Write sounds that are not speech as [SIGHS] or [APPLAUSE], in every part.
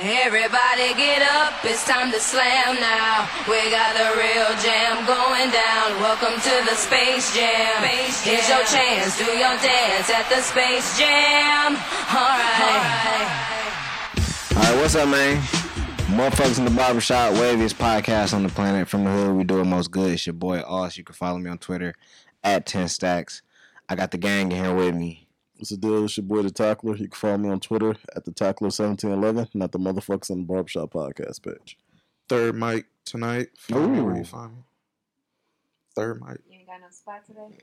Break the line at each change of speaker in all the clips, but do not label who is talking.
Everybody get up, it's time to slam now. We got the real jam going down. Welcome to the Space Jam. Here's your chance, do your dance at the Space Jam. Alright.
Alright, what's up, man? Motherfuckers in the barbershop, waviest podcast on the planet from the hood. We do it most good. It's your boy Oz. You can follow me on Twitter at 10 Stacks. I got the gang in here with me.
What's the deal? It's your boy the Tackler. You can follow me on Twitter at the Tackler1711, not the motherfuckers on the barbershop podcast page.
third mic tonight. Find me where
Ooh.
you find me. Third mic.
You ain't got no spot today?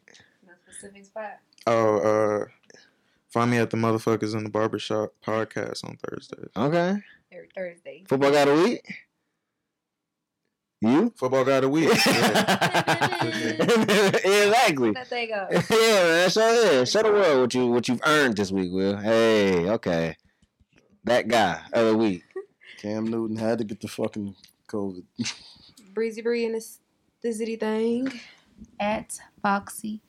No specific spot?
Oh, uh, find me at the motherfuckers in the barbershop podcast on Thursdays.
Okay.
Every Thursday.
Football got a week?
[LAUGHS]
You? [LAUGHS]
Football got a week. Yeah.
exactly.
That they go.
Yeah, man. Show, yeah, show the world what you what you've earned this week, Will. Hey, okay. That guy of the week.
Cam Newton had to get the fucking COVID.
Breezy Bree and this the zitty thing.
At Foxy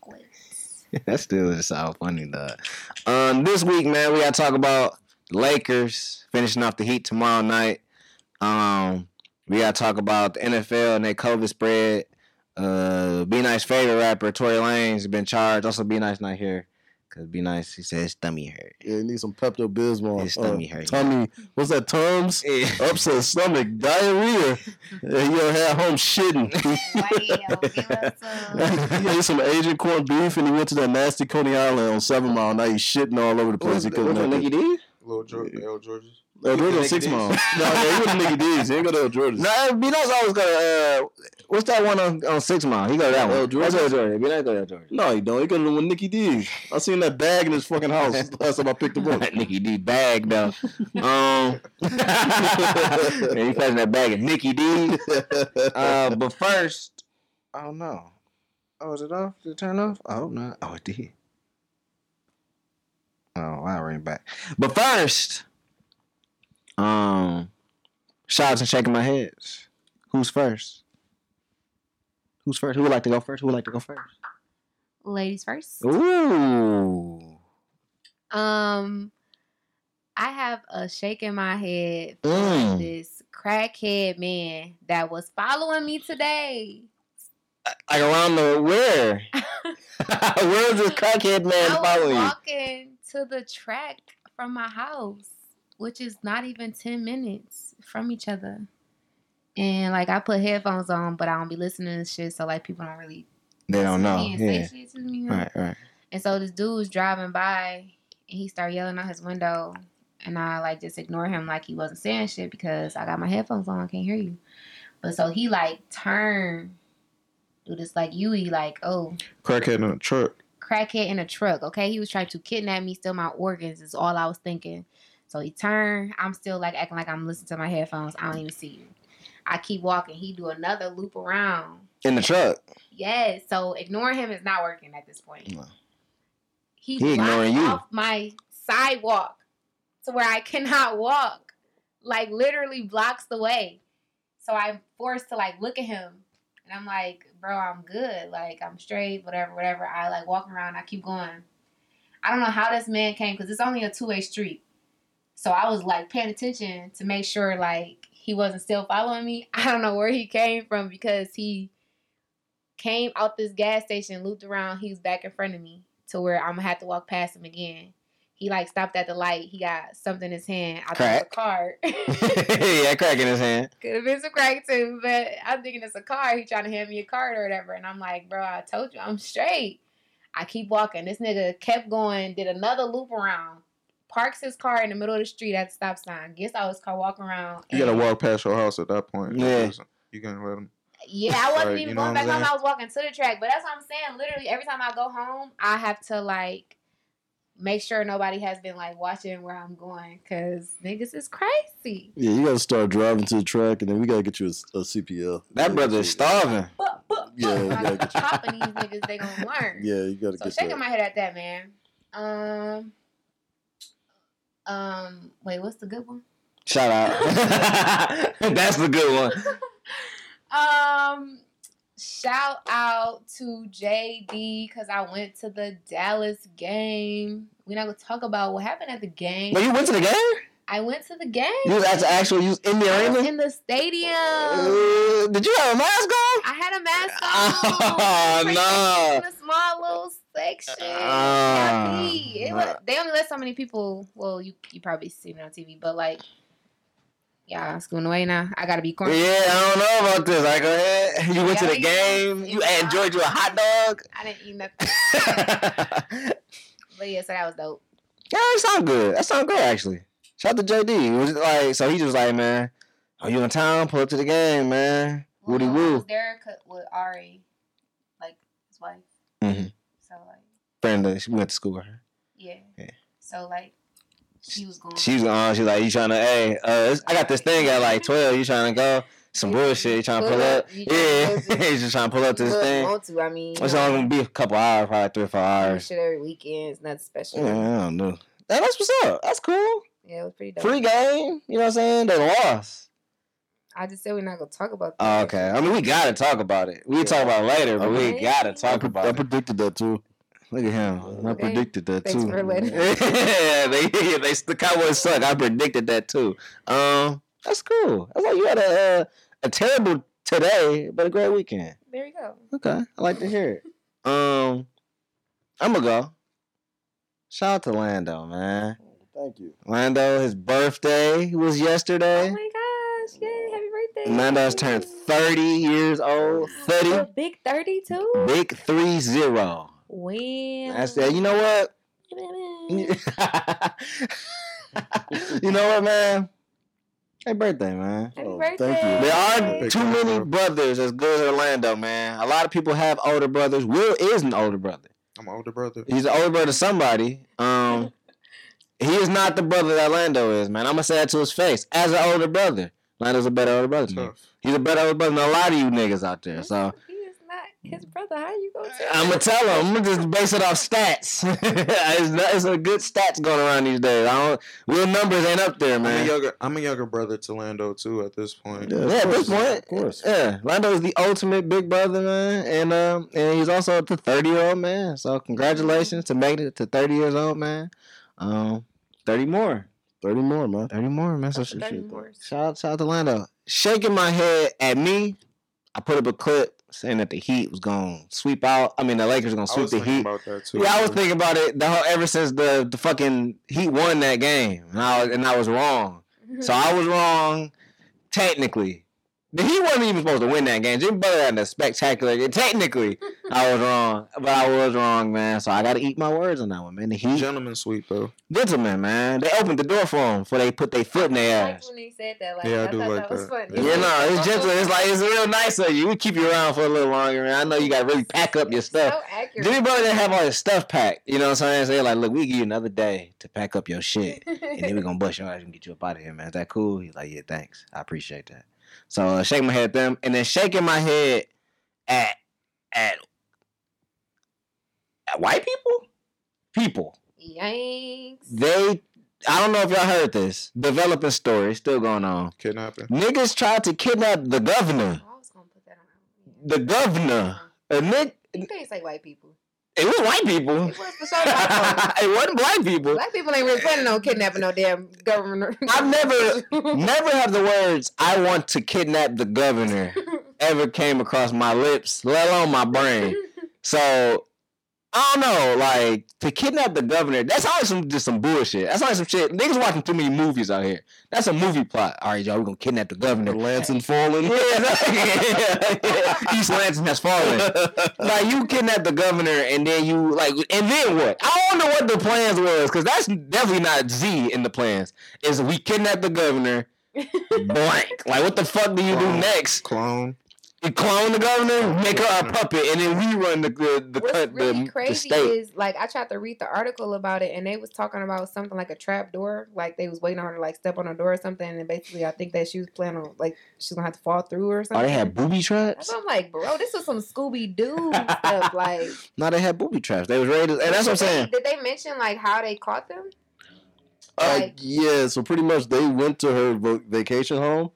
Chocolates.
That still is all funny though. Um, this week, man, we gotta talk about Lakers finishing off the Heat tomorrow night. Um, we gotta talk about the NFL and their COVID spread. Uh, Be Nice favorite rapper Tory Lanez been charged. Also, Be Nice not here because Be Nice he said his tummy hurt.
Yeah, he needs some Pepto Bismol. uh,
His tummy hurt.
Tummy. What's that? Tums?
[LAUGHS] Oh,
Upset stomach, diarrhea. Yeah, you had home shitting. [LAUGHS]
Wow, give us some.
he ate some Asian corned beef and he went to that nasty Coney Island on Seven Mile. Now he's shitting all over the place. He couldn't make it.
D?
Little George, L. George's.
Uh,
He
go
was
to
at
Six
Nicky
Mile.
D's.
no, no, he went to Nicky D's. He ain't go to
[LAUGHS]
El Jordan's.
No, Be Nice always go to uh, what's that one on, on Six Mile? He go to that one.
El Jordan?
That's El Jordan. Be Nice go to El Jordan.
No, he don't. He could have went Nicky D's. I seen that bag in his fucking [LAUGHS] house last time
[LAUGHS]
I picked him up.
Nikki D bag though. [LAUGHS] Um, man, you catching that bag of Nikki D. Uh, but first, I don't know. Oh, is it off? Did it turn off? I hope not. Oh, it did. Oh, I'll ring back. But first, um, shouts and shaking my heads. Who's first? Who's first? Who would like to go first? Who would like to go first?
Ladies first.
Ooh.
Um, I have a shake in my head for
Mm.
this crackhead man that was following me today.
Like around the
[LAUGHS]
where? [LAUGHS] Where's this crackhead man
I was
following you?
walking to the track from my house, which is not even 10 minutes from each other. And like I put headphones on, but I don't be listening to shit, so like people don't really
They don't know.
listen to me and
Yeah.
say shit to me.
All right, all right.
And so this dude was driving by and he started yelling out his window. And I like just ignored him like he wasn't saying shit because I got my headphones on, I can't hear you. But so he like turned, dude, it's like Yui, like, oh,
Crackhead in a truck.
crackhead in a truck, okay? He was trying to kidnap me, steal my organs, is all I was thinking. So he turned. I'm still like acting like I'm listening to my headphones. I don't even see you. I keep walking. He do another loop around.
In the truck. [LAUGHS]
Yes. So ignoring him is not working at this point.
No.
He,
He ignoring
ignoring
you.
off my sidewalk to where I cannot walk. Like literally blocks the way. So I'm forced to like look at him. And I'm like, bro, I'm good. Like I'm straight, whatever, whatever. I like walk around, I keep going. I don't know how this man came because it's only a two way street. So I was like paying attention to make sure like he wasn't still following me. [LAUGHS] I don't know where he came from because he came out this gas station, looped around. He was back in front of me to where I'm gonna have to walk past him again. He like stopped at the light. He got something in his hand. I think it's a card.
[LAUGHS]
[LAUGHS]
yeah, crack in his hand.
Could have been some crack too, but I'm thinking it's a car. He trying to hand me a card or whatever, and I'm like, bro, I told you I'm straight. I keep walking. This nigga kept going, did another loop around, parks his car in the middle of the street at the stop sign, gets out his car, walk around.
You gotta
and-
walk past your house at that point.
Yeah.
You can't let him.
Yeah, I wasn't
Like,
even
you know
going
what I'm
back home.
saying?
I was walking to the track, but that's what I'm saying. Literally, every time I go home, I have to like make sure nobody has been like watching where I'm going, cause niggas is crazy.
Yeah, you gotta start driving to the track, and then we gotta get you a, a CPL.
That brother is starving.
But but
Yeah, you
[LAUGHS]
gotta
like,
get your-
popping these niggas,
[LAUGHS]
they gonna learn.
Yeah, you gotta
So
get
shaking
that.
my head at that man. Um, um, wait, what's the good one?
Shout out. [LAUGHS] That's the good one.
Um, shout out to JD because I went to the Dallas game. We're not gonna talk about what happened at the game.
Well, you went to the game?
I went to the game.
You was actually actually you was in the
I was
arena.
in the stadium.
Uh, did you have a mask on?
I had a
[LAUGHS]
mask
Oh,
on.
no.
In a small little section.
Ah,
Happy. It
no.
was, they only let so many people. Well, you you probably seen it on TV, but like, yeah, it's going away now. I gotta be quarantined.
Yeah, I don't know about this. Like, go ahead. You went to the
Yeah, yeah.
game. You had enjoyed you a hot dog.
I didn't eat nothing. [LAUGHS] but yeah, so that was dope.
Yeah, that sound good. That sound good actually. Shout out to JD. It was like so he just like, man, are you in town? Pull up to the game, man. Woody
Well, I was
Woo.
there co- with Ari, like his wife.
Mhm.
So like,
Friend that she went to school with her.
yeah.
Yeah.
So like, she was going.
She was on, she was like, You trying to hey, uh it's- I got this thing at like twelve, you trying to go? Some bullshit, you trying to pull up.
You
Yeah. [LAUGHS]
just-
He's just trying to pull up to this
Look,
thing.
want to, I mean,
It's only gonna be a couple hours, probably three or four hours.
shit every weekend. It's not special.
Yeah, I don't know. Hey, that's what's up. That's cool.
Yeah, it was pretty dope.
Free game, you know what I'm saying? They lost.
I just said we're not gonna talk about
Oh, okay. I mean we gotta talk about it. We can talk about it later, but we
Okay.
gotta talk
I,
about it.
predicted that too.
Look at him.
I
Okay.
predicted that
Thanks
too.
[LAUGHS]
for letting-
yeah, they yeah, they the Cowboys suck. I predicted that too. Um, that's cool. That's like you had a uh, a terrible today, but a great weekend.
There you go.
Okay, I like to hear it. Um, I'm gonna go. Shout out to Lando, man.
Thank you.
Lando, his birthday was
Oh
yesterday.
my gosh! Yay! Happy birthday!
Lando's turned 30 years
Oh
old. 30,
A big thirty too.
big three zero.
Wow.
I said, you know what? [LAUGHS] you know what, man? Happy birthday, man.
Happy
Oh,
birthday!
thank you.
There are
Thank
too
you.
many brothers as good as Orlando, man. A lot of people have older brothers. Will is an older brother.
I'm an older brother.
He's an older brother to somebody. Um, he is not the brother that Lando is, man. I'm gonna say that to his face. As an older brother, Lando's a better older brother. than me.
Tough.
He's a better older brother than a lot of you niggas out there. So
He is not his brother. How you gonna? tell
I'm gonna tell him. I'm gonna just base it off stats. [LAUGHS] it's, not- it's a good stats going around these days. I don't. Real numbers ain't up there,
I'm a
man.
younger. I'm a younger brother to Lando too. At this point,
Yeah,
Yeah,
of
at
course,
this point,
of course.
yeah, Lando is the ultimate big brother, man, and um, and he's also the thirty year old man. So congratulations to making it to thirty years old, man. Um, thirty more,
Thirty more, man.
thirty more, man. So sh-
Thirty
that.
more.
shout out, shout out to Lando. Shaking my head at me, I put up a clip saying that the Heat was gonna sweep out. I mean, the Lakers gonna
I
sweep
was
the
thinking
Heat.
about that too.
Yeah, I was thinking about it the whole ever since the the fucking Heat won that game, and I was, and I was wrong. So I was wrong technically. The Heat wasn't even supposed to win that game. Jimmy Butler had a spectacular. game. Technically, I was wrong, but I was wrong, man. So I got to eat my words on that one, man. The Heat,
Gentleman sweep though.
gentlemen, man, they opened the door for them before they put their foot in
[LAUGHS]
their
Like
ass.
when he said that. Like,
Yeah, I do
thought
like
that was
that.
funny.
Yeah,
[LAUGHS]
no, it's gentle. It's like it's real nice of you. We keep you around for a little longer, man. I know you got to really pack up your stuff.
So accurate.
Jimmy Butler didn't
[LAUGHS]
have all his stuff packed. You know what I'm saying? So they're like, look, we give you another day to pack up your shit. And then we're gonna bust your ass and get you up out of here, man. Is that cool? He's like, Yeah, thanks. I appreciate that. So uh, shake my head at them and then shaking my head at at at white people? People.
Yikes.
They I don't know if y'all heard this. Developing story, still going on.
Kidnapping.
Niggas tried to kidnap the governor.
I was gonna put that on.
The governor. A nick
You can't say white people.
it was white people. [LAUGHS]
It was for sure black folks.
it wasn't black people.
Black people ain't really planning on kidnapping no damn governor.
I've never-
[LAUGHS] never.
Never have the words "I want to kidnap the governor" ever came across my lips, let alone my brain. So I don't know, like to kidnap the governor. That's always some just some bullshit. That's always some shit. Niggas watching too many movies out here. That's a movie plot. All right, y'all, we gonna kidnap the governor.
Lance and
[LAUGHS] Yeah,
Fallen.
yeah, yeah. East Lansing has
[LAUGHS]
fallen. Like you kidnap the governor, and then you like, and then what? I don't know what the plans was, cause that's definitely not Z in the plans. Is we kidnap the governor, blank. Like what the fuck do you do
Clone.
next?
Clone.
You clone the governor, make her a puppet, and then we run the the the,
What's
cut- the,
really
the
crazy
state.
is like I tried to read the article about it, and they was talking about something like a trap door, like they was waiting on her to like step on a door or something, and basically I think that she was planning on like she's gonna have to fall through or
Oh,
something.
they had booby
That's
traps.
what I'm like, bro. This was some
[LAUGHS]
Scooby Doo stuff. Like,
No, they had booby traps. They was ready, to, and that's what I'm
[LAUGHS]
saying.
Did they mention like how they caught them?
Uh,
Like-
yeah, so pretty much they went to her vo- vacation home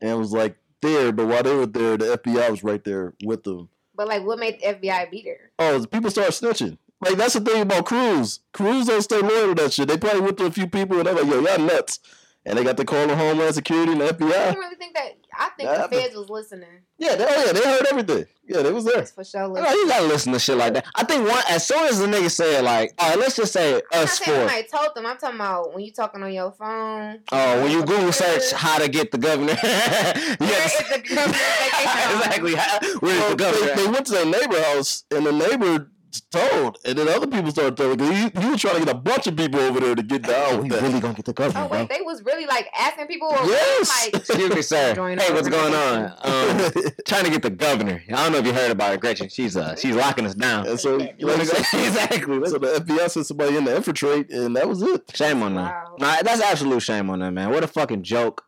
and was like there, but while they were there, the FBI was right there with them.
But like, what made the FBI beat her?
Oh, the people started snitching. Like that's the thing about Cruz. Cruz don't stay loyal to that shit. They probably went to a few people and they're like, "Yo, y'all nuts," and they got the call on Homeland Security and the
I
FBI.
don't really think that. I think
Nah,
the
but-
feds was listening.
Yeah, they, oh yeah, they heard everything. Yeah, they was there.
That's for sure.
No,
Listening.
you gotta listen to shit like that. I think one as soon as the nigga said like, all right, let's just say
I'm not
us
saying
four.
somebody told them. I'm talking about when you talking on your phone.
Oh, when you Google search
Where
how to get the governor, [LAUGHS] yes, [LAUGHS]
is the government vacation?
exactly. How- Where's
Well,
the governor?
they,
at?
they went to their neighbor house, and the neighbor told, and then other people started telling. Cause he, he was trying to get a bunch of people over there to get down with
Oh, we
that.
really gonna get the governor?
Oh wait,
bro.
they was really like asking people. Or
Yes.
Like,
Excuse me, sir.
[LAUGHS] Join
Hey,
our
what's going on?
organization.
Um, trying to get the governor. I don't know if you heard about it, Gretchen. She's uh, she's locking us down.
[LAUGHS] and so,
You wanna go- exactly.
[LAUGHS] so the FBI sent somebody in to infiltrate, and that was it.
Shame on them.
Wow.
[LAUGHS] Nah, that's absolute shame on them, man. What a fucking joke.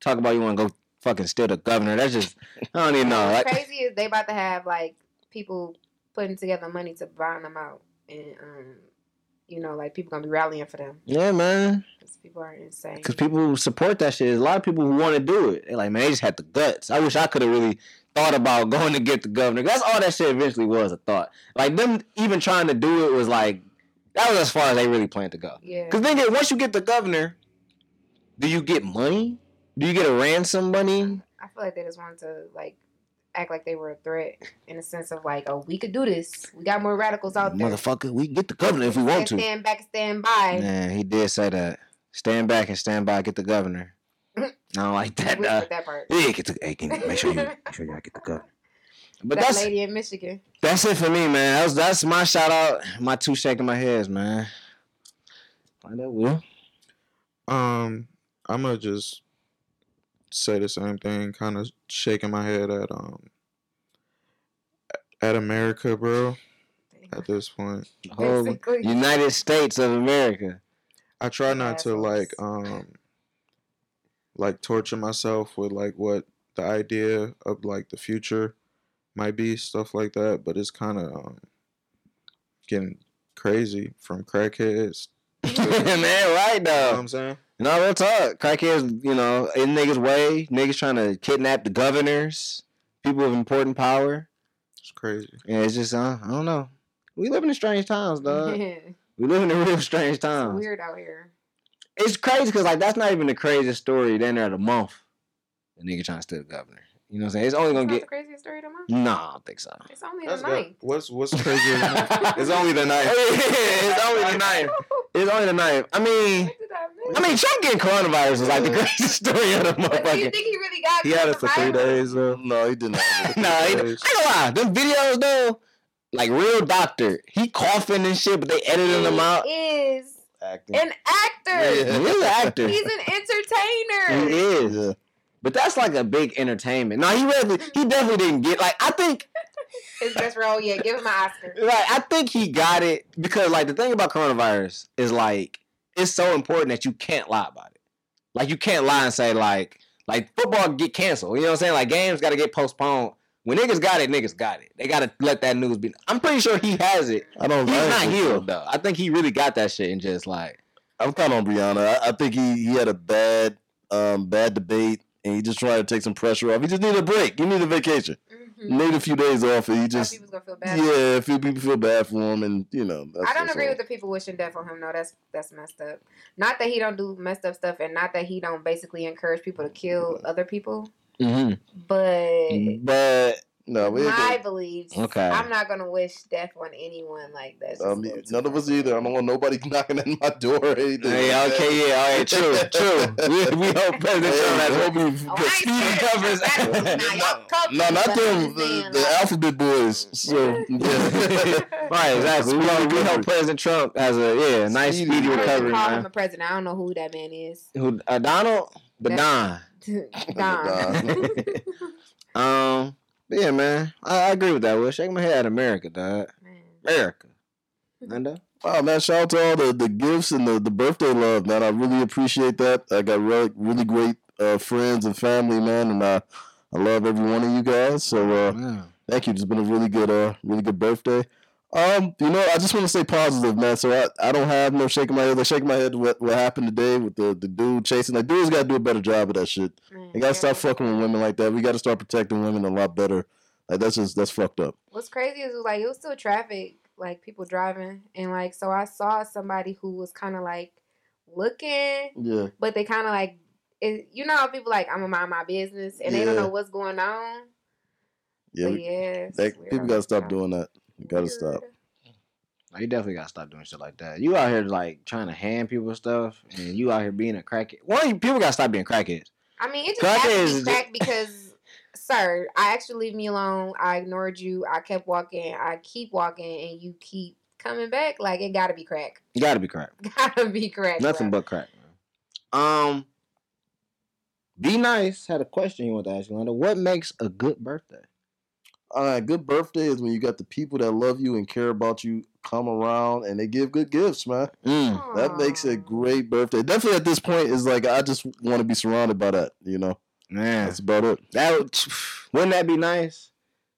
Talk about you want to go fucking steal the governor. That's just I don't even know.
what's
Like,
crazy is they about to have like people putting together money to bond them out, and um, you know, like people gonna be rallying for them
yeah, man.
because people are insane.
Because people who support that shit, there's a lot of people who want to do it. They're like, man, they just had the guts. I wish I could have really thought about [LAUGHS] going to get the governor. That's all that shit eventually was a thought. Like them even trying to do it was like that was as far as they really planned to go.
yeah.
Because then once you get the governor, do you get money? Do you get a ransom money?
I feel like they just wanted to like act like they were a threat in the sense of like, oh, we could do this. We got more radicals out there.
Motherfucker, we can get the governor if we want to.
Stand back, stand by.
Man, he did say that. Stand back and stand by. Get the
[LAUGHS]
governor. I don't like that.
We
Uh,
with that part.
yeah, get the. Hey, can you make sure you make sure y'all get the
[LAUGHS]
governor. But
that
that's
lady
[LAUGHS]
in Michigan.
that's it for me, man. That's that's my shout out. My two shaking my heads, man. Find out will.
Um, I'm gonna just say the same thing, kind of shaking my head at um at America, bro. At this point,
The whole
Basically.
United States of
[LAUGHS]
America. [LAUGHS]
I try not to like um like torture myself with like what the idea of like the future might be, stuff like that. But it's kind of um, getting crazy from crackheads. [LAUGHS]
man, right
You know
though.
what I'm saying?
No, real talk. Crackheads, you know, in niggas' way. Niggas trying to kidnap the governors, people of important power.
It's crazy.
Yeah, it's just, uh, I don't know. We live in strange times,
[LAUGHS]
dog.
it's
we live in real strange times.
weird out here.
It's crazy because, like, that's not even the craziest story. Then there the month, the nigga trying to steal the governor. You know what I'm saying? It's only
It's
going
not
to
the
get.
craziest story of the month.
Nah, I don't think so.
It's only
That's
the
good.
ninth.
What's what's crazy? is-
[LAUGHS]
[LAUGHS]
it's only the [LAUGHS] ninth. it's only the ninth. It's only the ninth. I mean,
What did I miss?
I mean, Trump getting coronavirus is like the [LAUGHS] greatest story of the
But do you
motherfucker.
think he really got
He had it for three
coronavirus?
days though.
No, he didn't.
[LAUGHS]
Have it.
nah, I ain't
Yes.
gonna lie. Them videos though, like real doctor, he coughing and shit, but they editing him out.
He is
Acting.
an actor.
He is an actor.
He's
He
an entertainer.
is.
Yeah.
But that's like a big entertainment. No, he really, he definitely didn't get. Like I think,
His best role, yeah. Give him an
[LAUGHS]
Oscar.
like I think he got it because like the thing about coronavirus is like it's so important that you can't lie about it. Like you can't lie and say like like football get canceled. You know what I'm saying? Like games got to get postponed. When niggas got it, niggas got it. They gotta let that news be. I'm pretty sure he has it.
I don't.
He's
I
not
ain't-
healed though. I think he really got that shit and just like
I'm kind of on Brianna. I, I think he, he had a bad um bad debate, and he just tried to take some pressure off. He just needed a break. He needed a vacation. He
Mm-hmm.
needed a few days off, and he just
people's gonna feel bad.
yeah, a few people feel bad for him, and you know. That's,
I don't
that's
agree
all.
with the people wishing death on him. No, that's that's messed up. Not that he don't do messed up stuff, and not that he don't basically encourage people to kill other people. But
Mm, But Mm-hmm. no, we ain't
my
gonna-
beliefs,
Okay.
I'm not gonna wish death on anyone like that. It's just a
um,
little too
none of us
much.
either. I don't want nobody [LAUGHS] knocking at my door or anything.
Hey,
like that.
okay, yeah, all right, true, true. We, we hope President Trump
Hey,
has
hope you-
Oh, I ain't
Stephen
scared.
Covers- [LAUGHS]
[LAUGHS]
Nah, y'all covered,
No, not
but
them.
I'm saying,
The, the
like- [LAUGHS]
alphabet boys. So
[LAUGHS]
yeah.
Right, exactly. We hope, we hope President Trump has a yeah, nice
Speedy
speedy
I heard you
recovery,
call him
man.
a president. I don't know who that
[LAUGHS]
man is. [LAUGHS]
Who uh, Donald? The Don.
[LAUGHS]
Don.
[LAUGHS] Um, but yeah, man, I, I agree with that. Will shake my head at America, dog.
Man.
America. Nando?
Wow, man! Shout out to all the, the gifts and the, the birthday love, man. I really appreciate that. I got really really great uh, friends and family, man, and I I love every one of you guys. So uh,
Wow.
thank you. It's been a really good uh really good birthday. Um, you know, I just want to stay positive, man. So I, I don't have no shaking my head. Like shaking my head, what what happened today with the, the dude chasing? Like dudes got to do a better job of that shit. They gotta stop fucking with women like that. We gotta start protecting women a lot better. Like that's just that's fucked up.
What's crazy is like it was still traffic, like people driving, and like so I saw somebody who was kind of like looking,
Yeah.
but they kind of like, it, you know, how people like I'm gonna mind my business and they don't
Yeah.
know what's going on.
Yeah.
but
we-
yeah it's
that-
weird.
people gotta stop doing that. You gotta stop.
Weird.
Like, you definitely gotta stop doing shit like that. You out here like trying to hand people stuff, and you out here being a crackhead. One, you- people gotta stop being crackheads.
I mean, it just
Crack
has to
is-
be crack because, sir, I actually leave me alone. I ignored you. I kept walking. I keep walking, and you keep coming back. Like it gotta be crack. [LAUGHS]
You gotta be crack.
Gotta be crack.
Nothing
bro.
but crack. Man. Um, be nice. Had a question you want to ask Yolanda. What makes a good birthday?
All right, good birthday is when you got the people that love you and care about you come around and they give good gifts, man.
Mm.
hmm, That makes a
Aw.
great birthday. Definitely at this point is like I just want to be surrounded by that. You know,
Man,
that's about it.
that would, [SIGHS] wouldn't that be nice?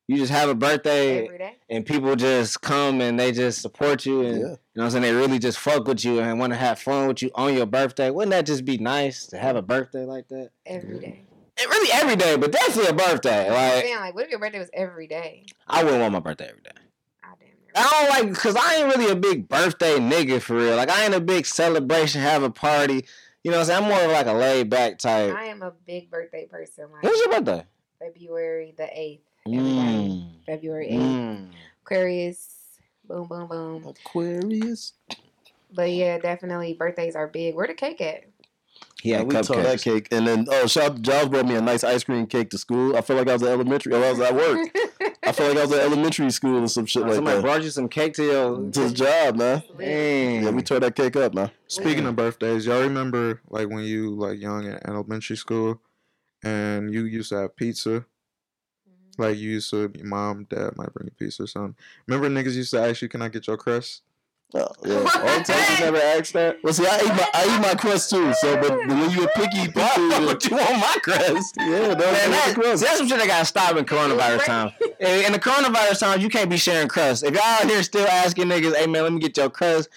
You just have a birthday,
every day.
and people just come and they just support you, and
Yeah,
You know what I'm saying? They really just fuck with you and want to have fun with you on your birthday. Wouldn't that just be nice to have a birthday like that?
Every day.
And really every day, but definitely a birthday.
I'm
Like
saying, like, what if your birthday was every day?
I wouldn't want my birthday every day.
I damn near.
I don't like because I ain't really a big birthday nigga for real. Like I ain't a big celebration, have a party. You know what I'm saying? I'm more of like a laid back type.
I am a big birthday person. Like
When's your birthday?
February the eighth. Everybody.
Mm.
February eighth.
Mm.
Aquarius. Boom, boom, boom.
Aquarius.
But yeah, definitely birthdays are big. Where the cake at?
He had
we tore that
cupcakes.
cake, and then oh, Shop Jobs brought me a nice ice cream cake to school. I felt like I was at elementary. Or I was at work. I
[LAUGHS]
felt like I
[LAUGHS]
was at elementary school or some shit
Oh,
like
somebody
that.
brought you some cake to your.
to the job, man.
[LAUGHS] Dang.
Yeah, we tore that cake up, man.
Speaking of birthdays, y'all remember like when you like young at elementary school, and you used to have pizza.
Mm-hmm.
Like you used to, your mom, dad might bring you pizza or something. Remember niggas used to ask you, "Can I get your crust?"
Oh, yeah. All
[LAUGHS]
the teachers never asked that. Well, see, I eat my I eat my crust too. So, but when you a
[LAUGHS]
picky, picky,
What you want my crust?
yeah,
Man,
that was that was
that-
the crust.
see, that's some shit that got stopped in coronavirus
Right.
time. In, in the coronavirus time, you can't be sharing crust. If y'all out here still asking niggas, hey man, let me get your crust.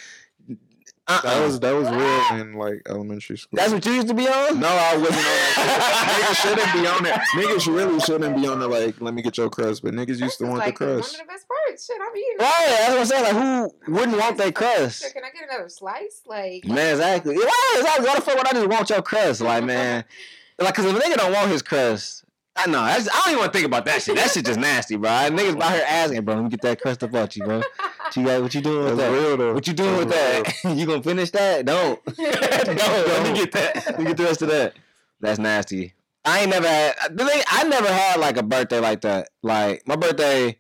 Uh-uh.
That was that was real in like elementary school.
that's what you used to be on?
No, I wasn't on that.
[LAUGHS]
shit. niggas shouldn't be on it. Niggas really shouldn't be on the like, let me get your crust. But niggas used to want the
like one of
crust.
the best parts. Shit, I'm eating.
Right, that's what I'm saying. Like, who wouldn't want their
Shit,
crust?
Can I get another slice? Like [LAUGHS]
Man, exactly. Yeah, Right, exactly. Why the fuck would I just want your crust? Like, man. Like, cause if a nigga don't want his crust, I know. That's, I don't even want to think about that shit. That shit just nasty, bro. Niggas out here asking, bro, let me get that crust up out you, bro. What You got, what you doing with
That's
that?
real though.
What you doing with that? [LAUGHS] you gonna finish that? Don't. [LAUGHS] Don't. Let me get that. Let me get the rest of that. That's nasty. I ain't never had. The thing, I never had like a birthday like that. Like my birthday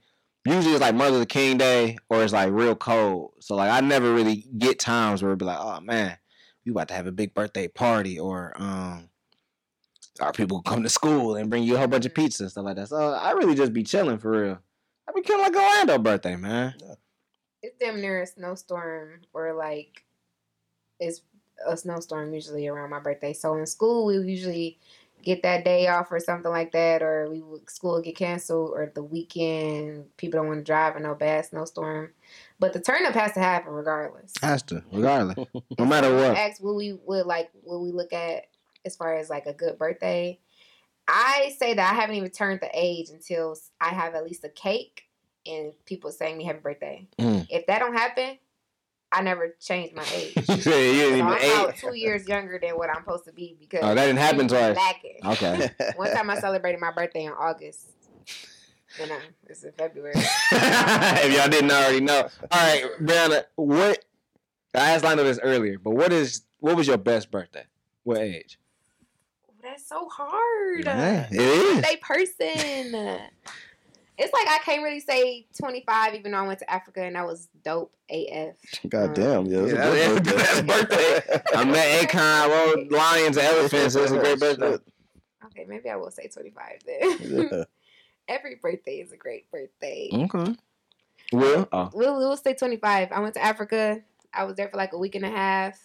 usually is like Mother the King Day or it's like real cold. So like I never really get times where it'd be like, oh man, we about to have a big birthday party or um. Our people [LAUGHS] come to school and bring you a whole bunch of pizza and stuff like that. So I really just be chilling for real. I be killing like Orlando birthday, man.
it's damn near a snowstorm or like it's a snowstorm usually around my birthday. So in school we usually get that day off or something like that, or we would- school would get canceled or the weekend people don't want to drive in no bad snowstorm. But the turn up has to happen regardless.
Has to, regardless, no
[LAUGHS]
matter
Someone
what.
asked what we would like what we look at as far as like a good birthday i say that i haven't even turned the age until i have at least a cake and people saying me happy birthday
Mm.
if that don't happen i never change my
[LAUGHS]
age
You said you
so
didn't
i'm
even
about
age.
two years younger than what i'm supposed to be because
Oh, that didn't happen
I'm
twice.
lacking.
Okay. [LAUGHS]
one time i celebrated my birthday in august you know it's in
[LAUGHS]
february
if y'all didn't already know. All right, Brianna, what I asked Lionel this earlier, but what is what was your best birthday? What age?
that's so hard
Yeah, it is.
birthday person. It's like I can't really say 25, even though I went to Africa and that was dope AF.
God damn, yeah,
[LAUGHS]
that's
Yeah,
a good
that's- that's birthday. I met Akon, rode lions and elephants. It was a great birthday.
Shit.
Okay, maybe I will say 25 then.
Yeah.
Every birthday is a great birthday.
Okay. Well, oh.
We'll, we'll say 25. I went to Africa. I was there for like a week and a half.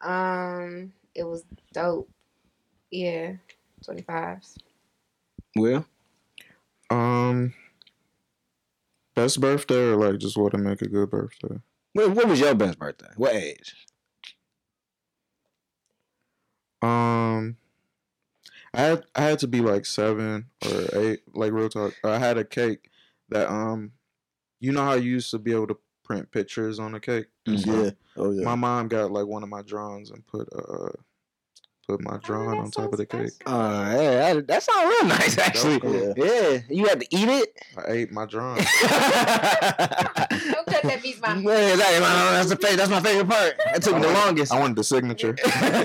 Um, It was dope. Yeah, 25.
Well,
Um, best birthday or like just what to make a good birthday?
what, what was your best birthday? What age?
Um, I had I had to be like seven or eight. Like real talk, I had a cake that um, you know how you used to be able to print pictures on the cake. and
Mhm.
stuff.
Yeah. Oh yeah.
My mom got like one of my drawings and put uh put
Oh,
my drawing on
that's so
top of the cake.
special.
Uh, yeah, that, that sounds real nice, actually.
cool.
Yeah, you had to eat it.
I ate my
[LAUGHS]
drawing.
[LAUGHS] Don't cut that piece,
Yeah,
mom.
that- that's, the, fa- that's my favorite part. That took me the [LAUGHS] longest.
I wanted the signature.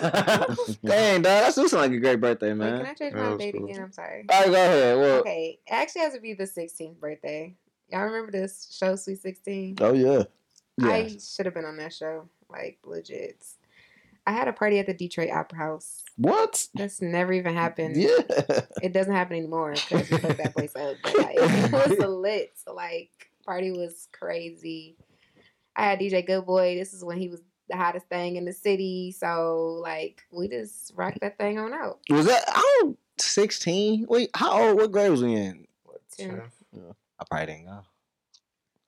Dang, dog, that's still sound like a great birthday,
Wait, can
man.
I change
That
my
was
date
cool.
again? I'm sorry.
All right, go ahead. Well,
Okay, it actually has to be the 16th birthday. Y'all remember this show, Sweet 16?
Oh yeah.
I should have been on that show, like legit. I had a party at the Detroit Opera House.
What?
That's never even happened.
Yeah.
It doesn't happen anymore because fucked that place up. But like,
[LAUGHS]
it was lit. Like party was crazy. I had DJ Good Boy. This is when he was the hottest thing in the city. So like we just rocked that thing on out.
was that I was sixteen? Wait, how old? What grade was we in?
Ten.
I probably didn't go.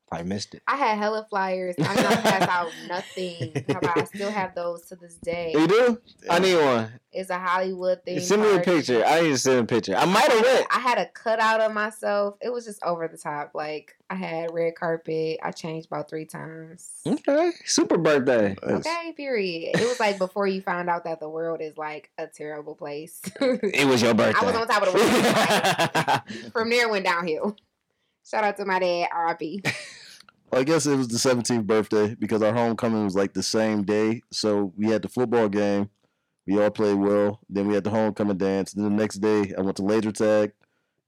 Probably missed it.
I had hella flyers. I'm not
[LAUGHS]
pass out nothing. How about I still have those to this day?
You do? I need one.
It's a Hollywood thing.
Send me a picture. I need to send a picture. I might have went.
I had a cutout of myself. It was just over the top. Like I had red carpet. I changed about three times.
Okay, super birthday.
Okay, period. It was like before you found out that the world is like a terrible place. [LAUGHS]
It was your birthday.
I was on top of the world.
[LAUGHS]
Like, from there it went downhill. Shout out to my dad,
[LAUGHS]
RIP.
I guess it was the 17th birthday because our homecoming was like the same day. So we had the football game. We all played well. Then we had the homecoming dance. Then the next day, I went to laser tag.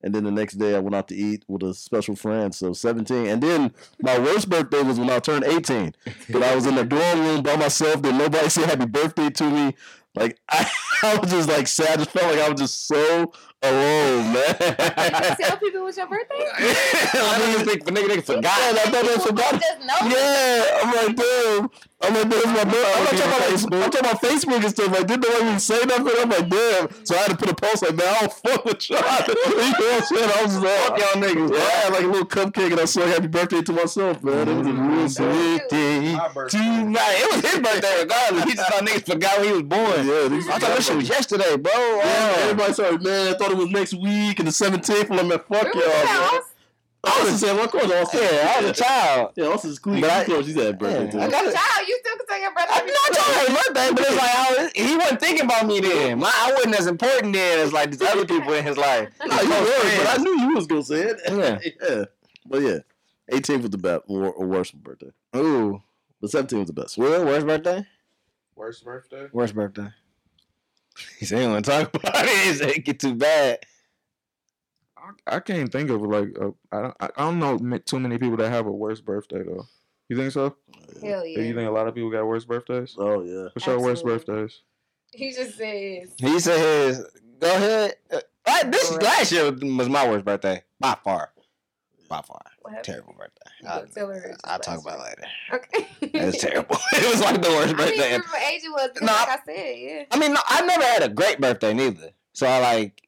And then the next day, I went out to eat with a special friend. So 17. And then my worst birthday was when I turned 18. But I was in the dorm room by myself. Then nobody said happy birthday to me. Like, [LAUGHS] I, I was just like sad. I felt like I was just so alone,
Did you
man. [LAUGHS]
tell people it was your birthday?
I didn't think the nigga, nigga
And
forgot.
I thought they
People
forgot.
just know.
Yeah, I'm like, damn. I'm like, damn, my bro. I'm
I'll
not
be
talking
on
about, I'm talking about Facebook and stuff. Like, didn't nobody even say nothing? I'm like, damn. So I had to put a post like, man, I don't fuck with y'all. [LAUGHS] you know what I'm saying? I was just like,
Fuck y'all niggas.
Yeah, I had like a little cupcake and I sang happy birthday to myself, man. It was a real sweet day.
My birthday.
Tonight. It was his birthday regardless. He just thought niggas forgot when he was born.
Yeah, these
I thought this shit was yesterday, bro.
Yeah,
Oh.
everybody's like, man, I thought it was next week and the 17th. And I'm like, fuck y'all,
Remember the
man.
house?
I was saying, of course, Austin.
Yeah, I was a child.
Yeah, Austin's cool.
But I-
Of course, he's had birthday,
Yeah, I
too.
got it.
Child, you still can tell your brother.
I'm not talking about his birthday, but it's like I was, he wasn't thinking about me then. My, I wasn't as important then as like these other people in his life.
[LAUGHS] No, you
Close
were, but I
friends.
knew you was gonna say it. [LAUGHS]
Yeah.
yeah. But yeah, 18 was the best, or, or worst birthday.
Ooh,
But 17 was the best.
Will, worst birthday?
Worst birthday?
Worst birthday. He said he want to talk [LAUGHS] about it. He said it get too bad.
I can't think of like a, I don't I I don't know ma- too many people that have a worse birthday though. You think so?
Hell
Do you
yeah.
think a lot of people got worse birthdays?
Oh yeah.
What's your worst
Absolutely.
birthdays?
He just says.
He said his. Go ahead. Uh, I, this last year was my worst birthday by far, by far.
What happened?
Terrible birthday.
Don't tell her
I'll,
it's
I'll
last
talk about it later.
Okay.
[LAUGHS]
It
[LAUGHS]
was terrible. [LAUGHS] it was like the worst
I mean,
birthday.
remember what age it was. 'cause
No,
like I said, yeah.
I mean, no, I never had a great birthday neither. So I like,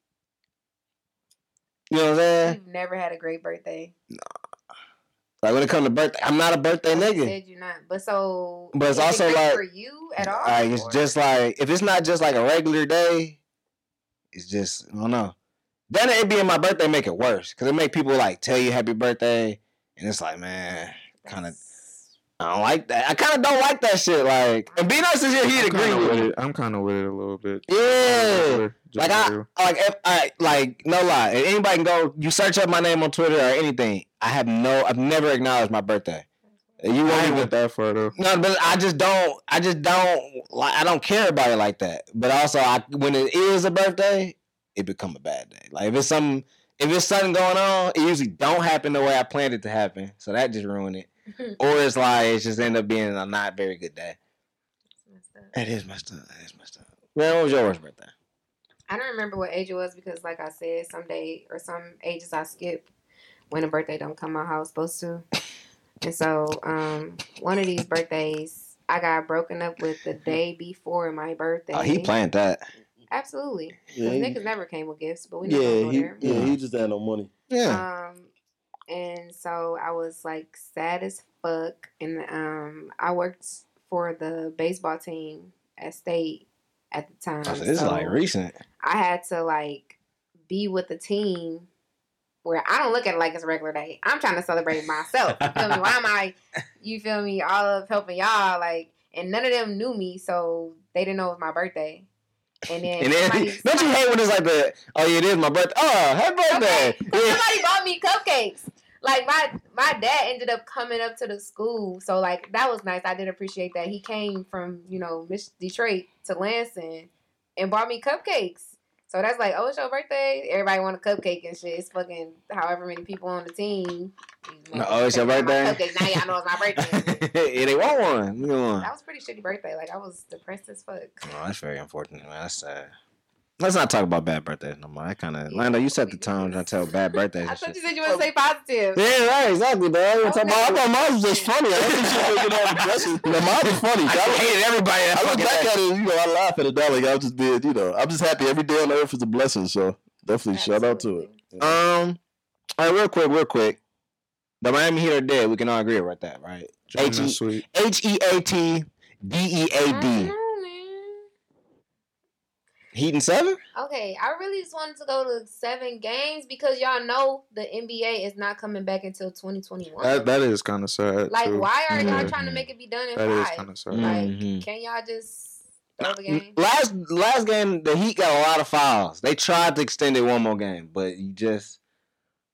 you know what I'm saying?
You've never had a great birthday.
Like when it comes to birthday, I'm not a birthday
Like you
nigga.
Said you not, but so.
But it's
is it
also
great
like-
for you at all.
Like it's
or-
just like if it's not just like a regular day, it's just I don't know. Then it being my birthday make it worse because it make people like tell you happy birthday, and it's like man, kind of
That's-
I don't like that. I kind of don't like that shit. Like and be nice is here. He'd
I'm
agree
kinda
with
with
it.
it. I'm kind of with it a little bit.
Yeah.
Just
Like, I-
real.
like if I like no lie, if anybody can go. You search up my name on Twitter or anything. I have no. I've never acknowledged my birthday. You
I
won't
ain't
even.
went that far though.
No, but I just don't. I just don't. Like I don't care about it like that. But also, I when it is a birthday, it become a bad day. Like if it's something, if it's something going on, it usually don't happen the way I planned it to happen. So that just ruined it. or it's like it just end up being a not very good day.
that's messed up.
It is messed up. It is messed up. Man, what was your worst birthday?
I don't remember what age it was because, like I said, some day or some ages I skip when a birthday don't come out how it's supposed to. And so, um, one of these birthdays, I got broken up with the day before my birthday.
Oh, he planned that.
Absolutely, 'Cause
Yeah,
niggas
he,
never came with gifts, but we never
yeah,
go
he,
there.
yeah, he just had no money.
Yeah.
Um, and so I was like sad as fuck. And um, I worked for the baseball team at state at the
Oh,
time.
I said, this is like
so
recent.
I had to like be with the team where I don't look at it like it's a regular day. I'm trying to celebrate myself. You feel me? Why
[LAUGHS]
am I, you feel me, all of helping y'all? Like, and none of them knew me, so they didn't know it was my birthday. And then,
And then,
somebody-
[LAUGHS] don't you hate when it's like the oh yeah, it is my birthday. Oh, happy birthday!
Okay. So somebody bought me cupcakes. Like my my dad ended up coming up to the school, so like that was nice. I did appreciate that. He came from you know Mich- Detroit to Lansing and bought me cupcakes. So that's like, oh, it's your birthday. Everybody want a cupcake and shit. It's fucking however many people on the team.
No, oh, it's your
Take my
birthday?
Cupcake. Now y'all know it's my
[LAUGHS]
birthday.
yeah, they want one. We want one.
that was a pretty shitty birthday. Like I was depressed as fuck.
Oh, that's very unfortunate, man. That's sad. Let's not talk about bad birthdays no more. I kind of
Yeah,
Lando, you set
we
the
do
tone
this.
trying to tell bad birthdays.
[LAUGHS] I
and
thought you
shit.
said you want to say positive.
Yeah, right, exactly, dog. We're talking
Okay.
about-
I thought mine was just funny. I think she was making all
[LAUGHS]
depression. No, mine was funny.
I
I,
hated everybody. That
I look
fucking
back
day.
at it, you know, I laugh at it now. Like I just did, you know, I'm just happy every day on earth is a blessing. So definitely shout out to it.
Absolutely.
Um, all right, real quick, real quick. The Miami Heat are dead. We can all agree about that, right?
John
H E-
is sweet.
H E A T D E A
I
D.
know, man.
Heat and seven.
Okay, I really just wanted to go to seven games because y'all know the NBA is not coming back until 2021.
That that is kind of sad.
like,
too.
why are y'all
Yeah.
trying to make it be done in
That is
five?
kind of sad.
Like,
Mhm.
can y'all just throw the game?
Last last game, the Heat got a lot of fouls. They tried to extend it one more game, but you just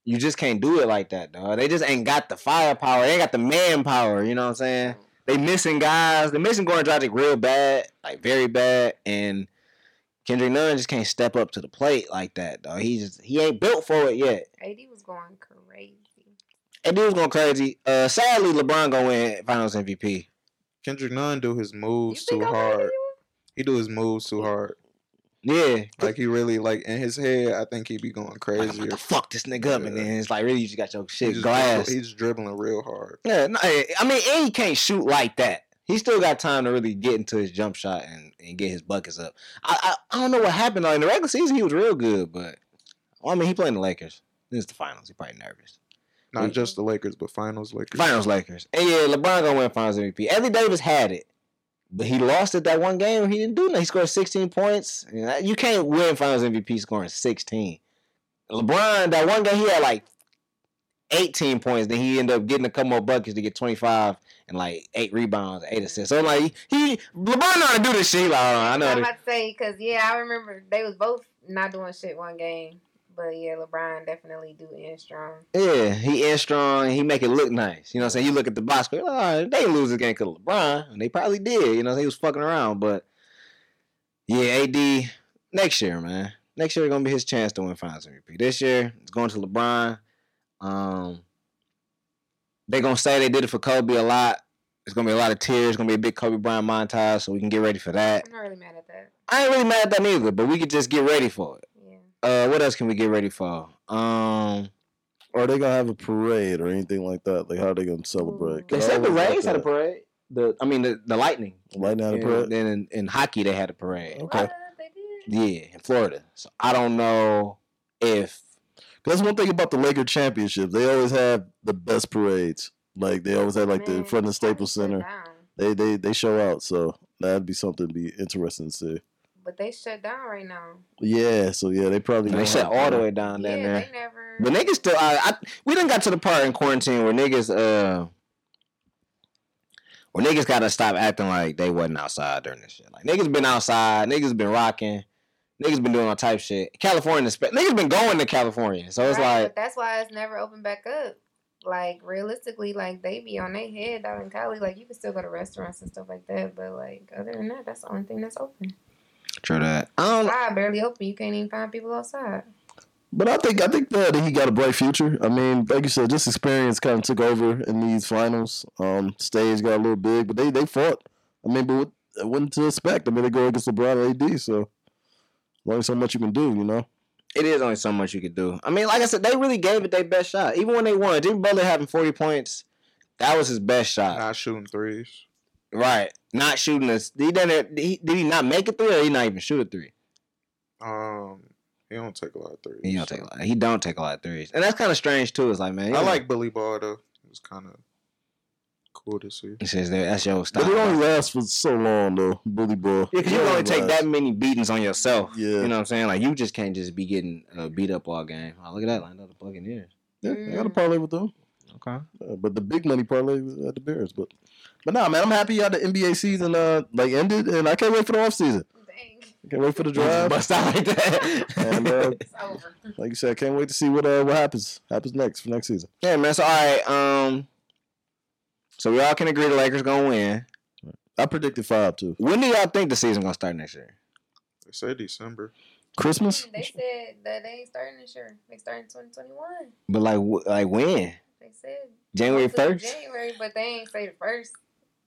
you just can't do it like that, dog. They just ain't got the firepower. They ain't got the manpower. You know what I'm saying? They missing guys. They missing Goran Dragic real bad, like very bad, and Kendrick Nunn just can't step up to the plate like that, dog. He just he ain't built for it yet.
AD was going crazy.
And dude's going crazy. Uh, sadly, LeBron gonna win Finals MVP.
Kendrick Nunn do his moves too
I'm
hard.
crazy?
He do his moves too hard.
Yeah,
Like he really like in his head. I think he be going
like, I'm
crazy.
about to fuck this nigga up, and
Yeah.
then it's like really you just got your
He
shit
just
glass.
dribble- he's dribbling real hard.
Yeah, no, I I mean, and he can't shoot like that. He still got time to really get into his jump shot and, and get his buckets up. I, I I don't know what happened. Like, in the regular season, he was real good, but well, I mean, he playing the Lakers. This is the finals. He probably nervous.
Not
Yeah.
just the Lakers, but Finals Lakers.
Mm. Finals Lakers. And yeah, LeBron gonna win Finals MVP. Anthony Davis had it, but he lost it that one game. Where he didn't do nothing. He scored 16 points. And that- You can't win Finals MVP scoring 16. LeBron that one game he had like 18 points. Then he ended up getting a couple more buckets to get 25 and like eight rebounds, eight assists. So like he LeBron know how to do this shit. Like, "Oh, I know. how
I'm
to-"
about to say because yeah, I remember they was both not doing shit one game, but yeah, LeBron definitely do end strong.
Yeah, he is strong. and He make it look nice. You know what I'm saying? You look at the box score. Oh, they didn't lose this game because LeBron, and they probably did. You know, what I'm saying? he was fucking around. But yeah, AD next year, man. Next year gonna be his chance to win Finals MVP. This year it's going to LeBron. Um, they gonna say they did it for Kobe a lot. It's gonna be a lot of tears. It's gonna be a big Kobe Bryant montage, so we can get ready for that.
I'm not really mad at that.
I ain't really mad at that either, but we could just get ready for it.
Yeah.
Uh, what else can we get ready for? Um.
Are they gonna have a parade or anything like that? Like how are they gonna celebrate? 'Cause
They
I
said the
always like
Rays had a
that.
parade. The I mean the, the Lightning.
Oh, Lightning had a
Yeah,
parade?
Then in, in hockey they had a parade.
Okay.
What? They did.
Yeah, in Florida. So I don't know if
That's one thing about the Laker championship. They always have the best parades. Like they always had like the in
Man,
front of the
I need to
Staples
sit
Center.
down.
They they they show out, so that'd be something to be interesting to see.
But they shut down right now.
Yeah, so yeah, they probably
they
gonna
shut
have-
all the way down there.
yeah,
man.
they never.
But niggas still, I, I we done got to the part in quarantine where niggas, uh, where niggas gotta stop acting like they wasn't outside during this shit. Like niggas been outside, niggas been rocking, niggas been doing all type shit. California, spe- niggas been going to California, so it's
Right,
like,
but that's why it's never opened back up. Like realistically, like they be on their head out in Cali. Like you can still go to restaurants and stuff like that, but like other than that, that's the only thing that's open.
true that. I don't.
Outside barely open. You can't even find people outside.
But I think I think that he got a bright future. I mean, like you said, just experience kind of took over in these finals. Um, stage got a little big, but they they fought. I mean, but what, what to expect? I mean, they go against LeBron and AD, so only so much you can do, you know.
It is only so much you could do. I mean, like I said, they really gave it their best shot. Even when they won, Jimmy Butler having forty points, that was his best shot.
Not shooting threes.
Right, not shooting us. He didn't. He, did he not make a three, or he not even shoot a three?
Um, he don't take a lot of threes.
He don't take a
so.
lot. He don't take a lot of threes, and that's kind of strange too. It's like, man, he
I
was-
like Billy Ball though. It was kind of cool to see.
It says that that's your
But
style.
it only
Yeah,
lasts for so long though, bully ball.
'cause you can only take that many beatings on yourself.
Yeah.
You know what I'm saying? Like you just can't just be getting uh, beat up all game. Oh, look at that! Lined up the Buccaneers.
Yeah, I
Mm.
got a parlay with them.
Okay.
Uh, but the big money parlay was at the Bears. But but nah, man, I'm happy how the NBA season uh like ended, and I can't wait for the off season.
Dang,
I can't wait for the
Just
drive.
bust out like
and
that.
uh,
[LAUGHS]
it's over.
like you said, I can't wait to see what uh what happens happens next for next season.
yeah, man. So all right. Um. So we all can agree the Lakers gonna win.
I predicted five too.
When do y'all think the season gonna start next year?
They say December.
Christmas.
They said that they ain't starting this year. They starting 2021.
But like, wh- like when?
They said
January
hopefully
first. [LAUGHS]
January, but they ain't say the first.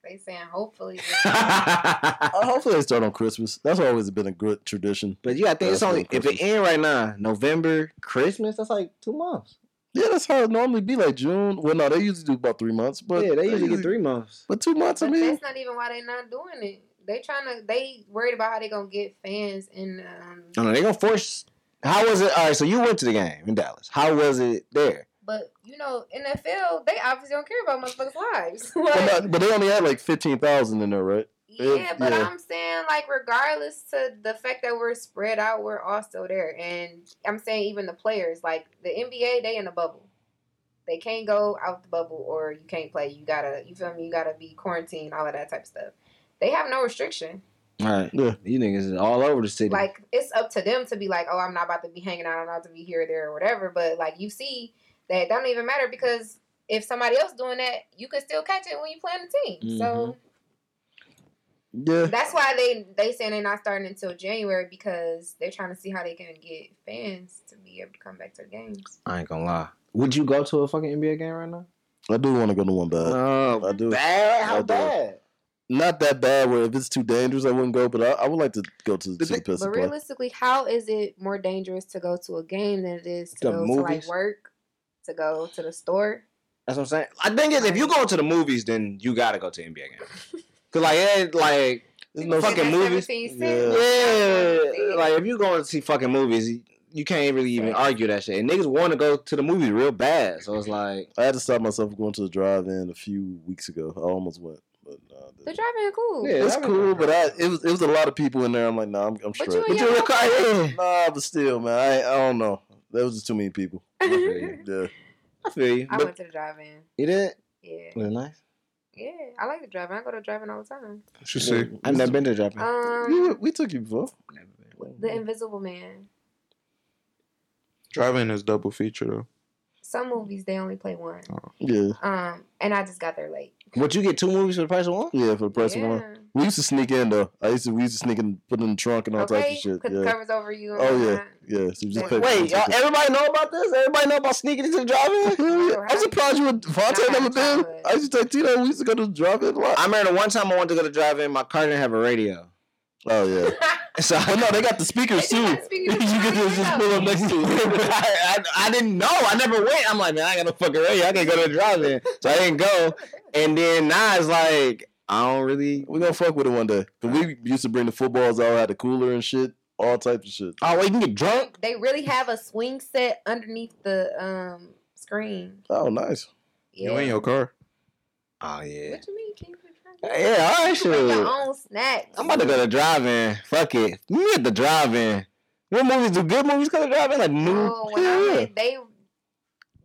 They saying
[LAUGHS]
hopefully.
but
Uh, hopefully they start on Christmas. That's always been a good tradition.
yeah, I think
That's
it's only
really
if it
Christmas.
end right now, November, Christmas. That's like two months.
Yeah, that's how it normally be like June. Well, no, they usually do about three months, but
yeah, they usually get three months.
But two months, I
But
mean,
that's not even why they not doing it. They trying to. They worried about how they gonna get fans and
I
um.
don't know. They gonna force. How was it? All right, so you went to the game in Dallas. How was it there?
But you know, NFL, they obviously don't care about motherfuckers' lives. [LAUGHS]
but,
Like,
not- but they only had like fifteen thousand in there, right?
Yeah, but
yeah.
I'm saying like regardless to the fact that we're spread out, we're all still there. And I'm saying even the players, like the NBA, they in a bubble. They can't go out the bubble or you can't play. You gotta you feel me, you gotta be quarantined, all of that type of stuff. They have no restriction.
All right,
Yeah.
you niggas is all over the city.
Like it's up to them to be like, Oh, I'm not about to be hanging out, I'm not about to be here or there or whatever. But like you see that it don't even matter because if somebody else doing that, you could still catch it when you playing the team. So
Mm-hmm.
Yeah,
That's why they they saying they're not starting until January because they're trying to see how they can get fans to be able to come back to the games.
I ain't gonna lie. Would you go to a fucking NBA game right now?
I do want to go to one bad.
No,
I do.
Uh, bad.
I
How
do.
bad?
Not that bad. Where if it's too dangerous, I wouldn't go. But I, I would like to go to, to
The
the
thing-
Pistons
But
play.
realistically, how is it more dangerous to go to a game than it is to
The
go to like
movies?
work, to go to the store?
That's what I'm saying. I think is if you go to the movies, then you gotta go to NBA game. Cause like, yeah, like
There's
You
no
see
fucking
that
movies.
17
Yeah.
cent?
Yeah,
Yeah.
like if you going to see fucking movies, you can't really even argue that shit. And niggas want to go to the movies real bad, so it's like
I had to stop myself from going to the drive-in a few weeks ago. I almost went, but nah,
The
the,
driving cool.
Yeah.
it's
that was
cool.
good.
But I it was it was a lot of people in there. I'm like, nah, I'm, I'm
But
straight.
you in
But you
your
require-
car.
nah, but still, man, I I don't know. There was just too many people.
[LAUGHS]
Yeah,
I feel you.
I
but
went to the drive-in.
you did.
Yeah,
Was it nice?
yeah. I like the drive-in. I go to the drive-in all the time.
What you see?
Yeah,
I've never been to a drive-in.
We,
Um,
we took you before.
[LAUGHS]
the Invisible Man.
Driving is double feature though.
Some
Mm.
movies they only play one.
Yeah,
Um, and I just got there late.
Would you get two movies for the price of one?
yeah, for the price of one.
Yeah.
We used to sneak in though. I used to we used to sneak in, put in the trunk and all
okay,
types of
put
shit.
the
Yeah.
covers over you. and
Oh yeah,
whatnot.
yeah. So you just
Wait,
pay for
Wait, y'all,
one ticket.
everybody know about this? Everybody know about sneaking into the
[LAUGHS]
drive-in?
I'm surprised you would Vontae
Not
never
how
been.
it was.
I used to take Tito. We used to go to the drive-in a lot.
I remember the one time I wanted to go to drive-in, my car didn't have a radio, [LAUGHS]
Oh yeah.
so I
[LAUGHS] But no, they got the speakers
They
too. [LAUGHS] [LAUGHS]
do
you
have speakers in
could
the
just, just
front
pull up
I,
next to it.
[LAUGHS]
[LAUGHS]
I, I didn't know. I never went. I'm like, man, I ain't got no fucking radio. I can't go to the drive-in, so I didn't
[LAUGHS]
go. And then now it's like I don't really.
We're gonna fuck with it one day. But we used to bring the footballs out, had the cooler and shit, all types of shit.
Oh, wait, you can get drunk.
they really have a swing set underneath the um screen.
Oh, nice.
Yeah.
You in your car?
Oh yeah.
What you mean? Can you
Uh,
put your-
Yeah, all right,
You can make your
sure.
own snacks.
I'm about to go to drive-in. Fuck it. We at the drive-in. What movies do good movies go to drive-in? Like new.
Oh, when I
yeah.
went, they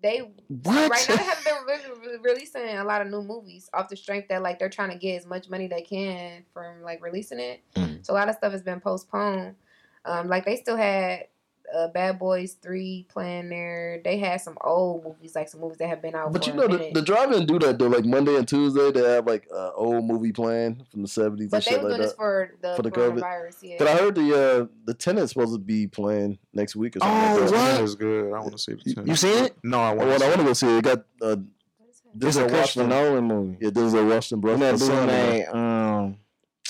they
what?
right now they haven't been re- re- releasing a lot of new movies off the strength that like they're trying to get as much money they can from like releasing it.
Mm.
So a lot of stuff has been postponed. Um, like they still had uh, Bad Boys Three playing there. They had some old movies, like some movies that have been out.
But
for
you
a
know the,
minute.
the drive-in do that though. Like Monday and Tuesday, they have like uh, old movie playing from the seventies and
but they
shit
were
like
doing this
that.
for the
for the COVID.
coronavirus. Yeah.
But I heard the uh, the tenant's supposed to be playing next week or something.
Oh,
like
what?
that.
That is good. I want to see the
You-
tennis.
you seen it?
No, I
I
want.
want, I want to go see it. It got uh,
It's
Denzel
a
Washington.
Christopher Nolan movie.
Yeah, Denzel Washington, bro.
And that
That's
dude
son, man.
made, um,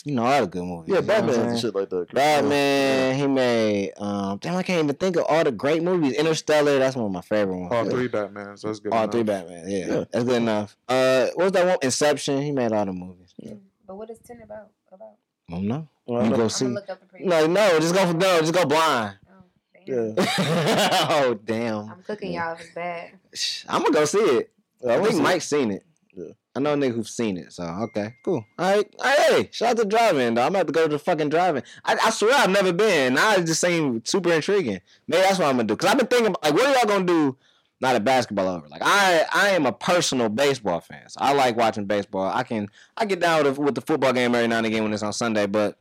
you know, all the good movies.
Yeah,
you know what I'm
Batman's
saying?
and shit like that.
Batman, he made, um, damn, I can't even think of all the great movies. Interstellar, that's one of my favorite ones.
All three Batmans. That's good.
All
enough.
three Batman, yeah,
Yeah.
That's good enough. Uh, what was that one? Inception, he made all the movies. I
But what is Ten about? About
don't know.
Well, I
you
know.
go
I'm
see.
gonna look up the preview.
No, no, just go for no, just go blind.
Oh, damn.
Yeah.
[LAUGHS] oh damn,
I'm cooking y'all. It's bad.
Shh, I'm gonna go see it.
Yeah,
I
wanna
think
see it.
Mike's seen it.
Yeah.
I know a nigga who've seen it, so okay, cool. All right, hey, shout out to driving though. I'm about to go to the fucking driving. I, I swear I've never been. Now it just seemed super intriguing. Maybe that's what I'm gonna do. Cause I've been thinking like, what are y'all gonna do? Not a basketball over. Like I, I am a personal baseball fan. So I like watching baseball. I can, I get down with the, with the football game every now and again when it's on Sunday. But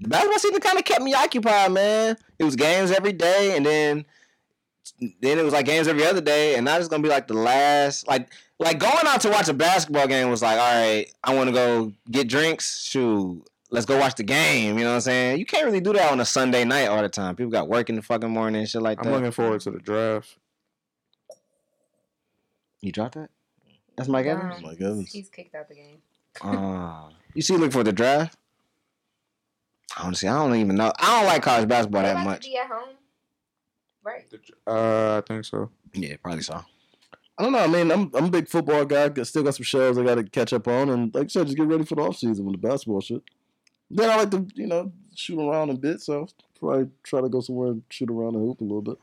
the basketball season kind of kept me occupied, man. It was games every day, and then, then it was like games every other day, and now it's gonna be like the last, like like going out to watch a basketball game was like, all right, I want to go get drinks. Shoot, let's go watch the game. You know what I'm saying? You can't really do that on a Sunday night all the time. People got work in the fucking morning and shit like
I'm
that.
looking forward to the draft.
you dropped that? That's Mike Evans.
Oh My goodness.
Um, He's kicked out the game.
Ah, you see, look for the draft. Honestly, I don't even know. I don't like college basketball
They
that
about
much.
To be at home, right? [LAUGHS]
Uh, I think so.
Yeah, probably so.
I don't know. I mean, I'm I'm a big football guy. got- Still got some shows I got to catch up on, and like I said, just get ready for the off season with the basketball shit. Then I like to you know shoot around a bit, so probably try to go somewhere and shoot around the hoop a little bit.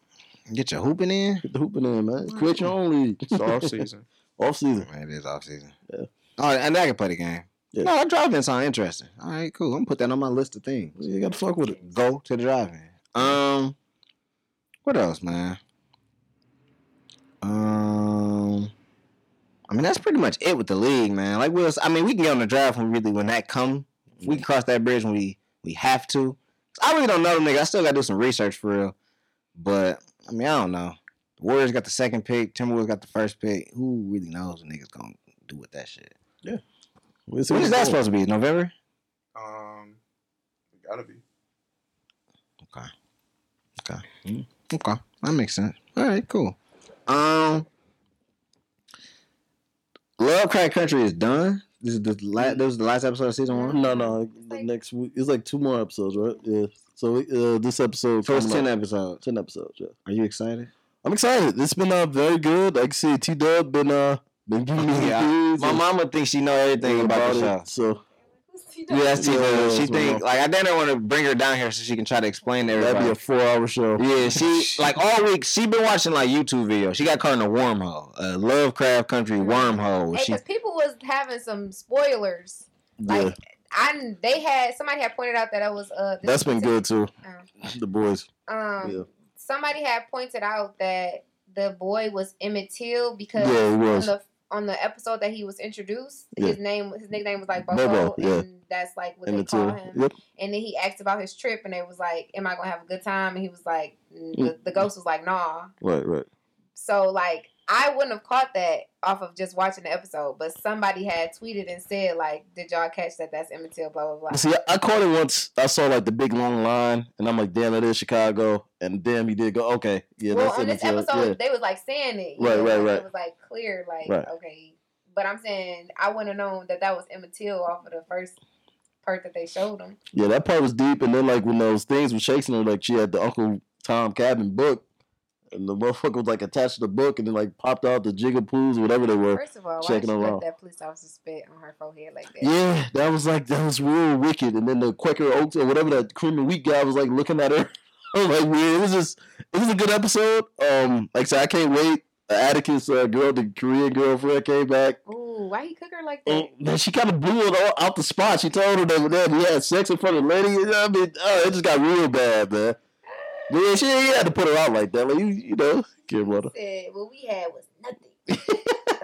Get your hooping in.
Get the hooping in, man. Create your own league.
It's
[LAUGHS]
off season.
off season.
Man, it is off season.
Mm. Yeah.
All right, and I can play the game.
Yeah.
No, that drive-in sound interesting. All right, cool. I'm gonna put that on my list of things.
You got to fuck with it.
go to the drive-in. Um, what else, man? Um, I mean that's pretty much it with the league, man. Like we'll, I mean we can get on the draft when really when that come, we can cross that bridge when we we have to. I really don't know the nigga. I still got to do some research for real, but I mean I don't know. The Warriors got the second pick. Timberwolves got the first pick. Who really knows what niggas gonna do with that shit?
We'll see
When
what
is that
it's
supposed to be? November.
Um, it gotta be.
Okay, that makes sense. All right, cool. Um, Love Crack Country is done. This is the last. This was the last episode of season
going.
one.
No, no. The next week it's like two more episodes, right? Yeah. So uh, this episode.
So it's
coming
ten
up-
episodes.
Ten episodes. Yeah.
Are you excited?
I'm excited. It's been uh, very good. I can see T Dub been uh been giving [LAUGHS] me
Yeah,
yeah.
My mama thinks she know everything about the show.
So
Yeah, that's too
Yeah,
good. She
that's my
think
mom.
like I didn't want to bring her down here so she can try to explain to
that'd
everybody.
be a four hour show.
Yeah, she [LAUGHS] like all week she been watching like YouTube videos. She got caught in a wormhole, a Lovecraft Country wormhole.
Hey,
She
because people was having some spoilers.
Yeah,
Like, I they had somebody had pointed out that I was uh. this
that's been good too.
Um,
The boys.
Um,
Yeah.
somebody had pointed out that the boy was Emmett Till because
Yeah, he
on
was.
the on the episode that he was introduced,
Yeah.
his name his nickname was like
Bobo,
Bobo,
yeah.
and that's like what
And
they
the
call
two.
him.
Yep.
And then he asked about his trip, and they was like, "Am I gonna have a good time?" And he was like, mm, "The, the ghost was like, nah."
Right, right.
So like, I wouldn't have caught that off of just watching the episode, but somebody had tweeted and said like, "Did y'all catch that? That's Emmett Till." Blah blah blah.
See, I, I caught it once. I saw like the big long line, and I'm like, damn, that is Chicago. And damn, he did go. Okay, yeah,
well,
that's
on
it.
this
Yeah,
episode,
yeah.
they was like saying it. you
Right,
know,
right,
like,
right.
It was like clear, like
Right.
okay. But I'm saying I wouldn't have known that that was Emmett Till off of the first part that they showed him.
Yeah, that part was deep. And then like when those things were shaking her, like she had the Uncle Tom Cabin book, and the motherfucker was like attached to the book, and then like popped out the jigapoos, whatever they were.
First of all, why did
Checking
you
her
let
out.
that police officer spit on her forehead like that?
Yeah, that was like that was real wicked. And then the Quaker Oaks or whatever that cream and wheat guy was like looking at her. [LAUGHS] I was like, weird. It was just it was a good episode. Um, like I said, I can't wait. Atticus uh, girl, the Korean girlfriend came back.
Ooh, why he cook her like that?
And then she kind of blew it all out the spot. She told her that that he had sex in front of the lady. You know what I mean, oh, it just got real bad, man. Man, she ain't had to put her out like that. Like you, you know, get what her.
Said what we had was nothing. [LAUGHS] Get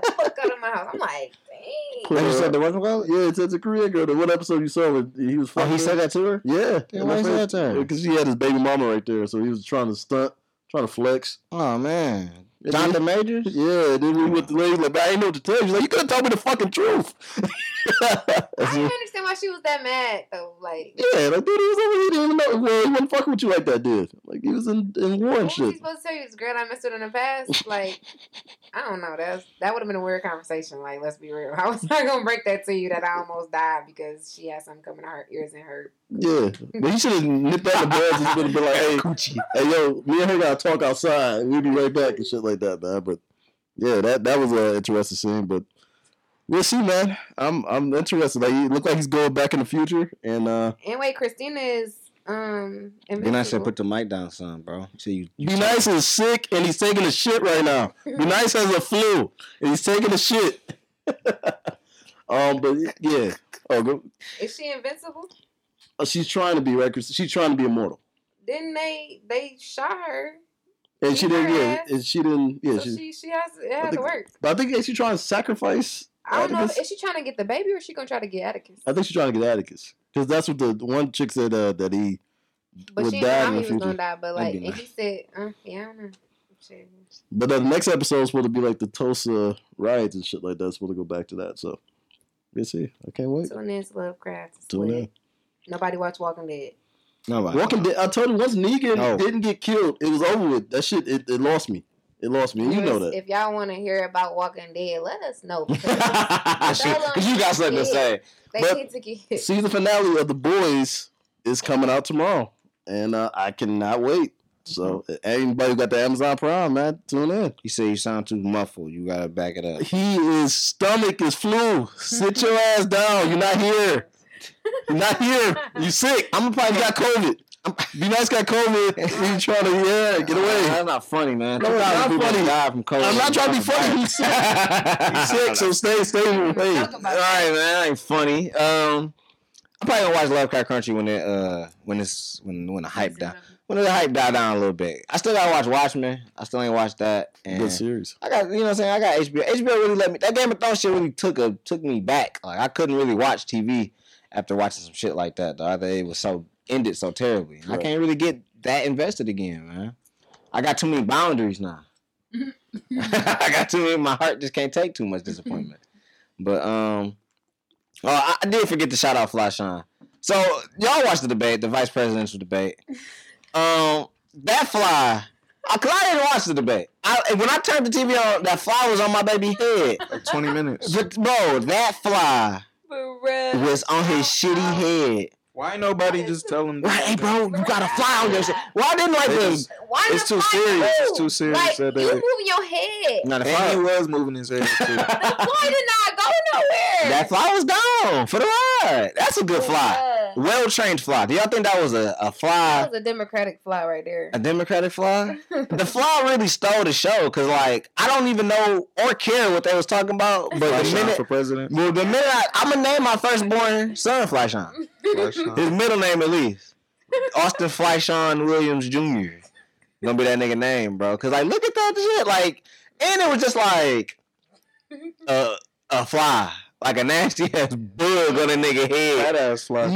the fuck out of my house. I'm like, dang.
Put her out.
the wasn't called.
Yeah, it's, it's a Korean girl. The one episode you saw when he was.
Oh,
fucking
he
her.
said that to her.
Yeah,
Then why is that there?
Because he had his baby mama right there, so he was trying to stunt, trying to flex.
Oh man,
Yeah,
Jonathan
dude.
Majors.
Yeah, and then we went to the lady like, "Man, I didn't know what to tell you. She's like, you could have told me the fucking truth. [LAUGHS]
I didn't understand why she was that mad though. Like,
yeah, like dude, he was over here. He didn't know. Well, he wasn't fucking with you like that, dude. Like he was in, in war
what
and
was she
shit.
supposed to tell you? This girl I messed with in the past?
[LAUGHS]
Like, I don't know. That's that would have been a weird conversation. Like, let's be real. [LAUGHS] I was not gonna break that to you that I almost died because she had something coming out her ears and her.
Yeah, but he should have nipped that in the bud and been, been like, hey, hey, yo, me and her gotta talk outside. We'll be right back and shit like that, man. But yeah, that that was an interesting scene. But we'll see, man. I'm I'm interested. Like, he looked like he's going back in the future, and uh,
Anyway, Christina is um.
Then I said,
invincible.
put the mic down, son, bro. So you
Be nice is sick, and he's taking a shit [LAUGHS] right now. Be nice has a flu, and he's taking a shit. um, but yeah. Oh, go,
Is she invincible?
uh, she's trying to be right. 'cause She's trying to be immortal,
Didn't they they shot her?
and she didn't. Yeah,
Yes.
and she didn't. Yeah,
so
she,
she she has it
I
has to
think-
work.
But I think is she trying to sacrifice?
I don't know.
Atticus?
If, is she trying to get the baby or is she gonna try to get Atticus?
I think she's trying to get Atticus because that's what the the one chick said uh, that he
But
would
she
die
didn't know
in the
he was
future.
gonna die. But
That'd
like,
be
and he said, uh, yeah, I don't know. Shit.
But then the next episode is supposed to be like the Tulsa riots and shit like that. It's supposed to go back to that. So we'll see. I can't wait.
Tune in to Lovecraft. It's
Tune
lit.
in.
Nobody watch Walking Dead.
Nobody.
Walking Dead. I told you once Negan
No.
didn't get killed, it was over with. That shit, it, it lost me. It lost me. and You know
Viewers,
that.
If y'all want to hear about Walking Dead, let us know.
[LAUGHS]
because
That shit- 'cause you got something to say.
they
But-
need to
[LAUGHS]
get.
Season finale of The Boys is coming out tomorrow, and uh, I cannot wait. So anybody who got the Amazon Prime, man, tune in.
You say you sound too muffled. You gotta back it up.
He is stomach is flu. Sit your ass down. You're not here. You're not here. You sick. I'm probably got COVID. Be nice got COVID. You trying to yeah get away.
That's not funny, man.
No, it's not
2,000 people
funny.
died from COVID.
I'm not trying to be funny. You sick.
[LAUGHS]
You sick. So stay stay away.
All right, man. That ain't funny. Um, I'm probably gonna watch Lovecraft Country when it uh when it's when when the hype down when the hype die down a little bit. I still gotta watch Watchmen. I still ain't watched that. And
Good series.
I got you know what I'm saying. I got HBO. HBO really let me. That Game of Thrones shit really took a took me back. Like I couldn't really watch TV after watching some shit like that. The other day it was so ended so terribly. I
Right.
can't really get that invested again, man. I got too many boundaries now. [LAUGHS] I got too many. My heart just can't take too much disappointment. but um, oh, I, I did forget to shout out Flashon. So y'all watched the debate, the vice presidential debate. Um, that fly. I, cause I didn't watch the debate. I, when I turned the TV on, that fly was on my baby head.
Like 20
[LAUGHS]
minutes.
But, bro, that fly
For real.
was on his shitty head.
Why nobody just tell him?
Like, hey, bro, you got a fly on your shit. Why didn't like
They
the
just-
Why
It's
the
too
fuck
serious.
you?
It's too serious
Like,
that
you
they-
moving your head.
not a
And he
fly?
was moving his
[LAUGHS]
head too.
The boy did not go nowhere.
That fly was gone for the ride. That's a good fly.
Yeah.
Well trained fly. Do y'all think that was a,
uh,
a
That
fly,
was a Democratic fly right there.
a Democratic fly? the fly really stole the show because like I don't even know or care what they was talking about. But the
Flash on
minute,
for president.
well, the minute I, I'm gonna name my firstborn son Flashon.
Flash
[LAUGHS]
on.
His middle name at least Austin Flashon Williams Jr. Gonna be that nigga name, bro. Cause like look at that shit, like, and it was just like a a fly, like a nasty [LAUGHS] ass bug on a nigga
Fat
head.
ass fly.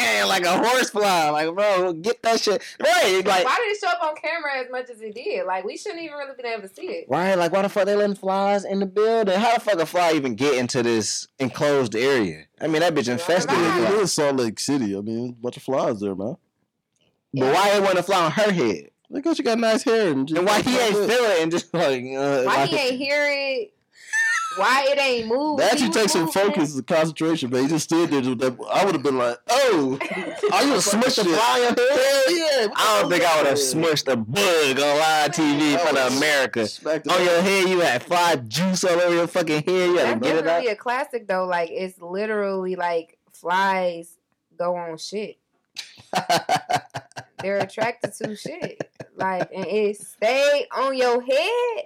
Man, like a horse fly, like bro, get that shit right. Like
Why did it show up on camera as much as it did? Like we shouldn't even really been able to see it.
Right, like why the fuck they letting flies in the building? How the fuck a fly even get into this enclosed area? I mean that bitch infested with
Right.
It
flies.
is Salt Lake City. I mean, bunch of flies there, man.
But why it want to fly on her head?
Look at you got nice hair and, just-
And why he ain't feel it and just like uh,
Why
like-
he ain't hear it? Why it ain't
Oh,
moved?
That
He
actually
was
takes some
moving. [LAUGHS]
focus and concentration, but he just stood there. With that, I would have been like, "Oh, I would have smushed the fly on your head." Hell yeah!
[LAUGHS] I don't think I would have smushed a bug on live TV for the
That was-
America.
Smacked it
On
up.
your head, you had fly juice all over your fucking head. You had
That's
to get it out.
definitely a classic though. Like it's literally like flies go on shit.
[LAUGHS]
They're attracted to shit. Like and it stay on your head.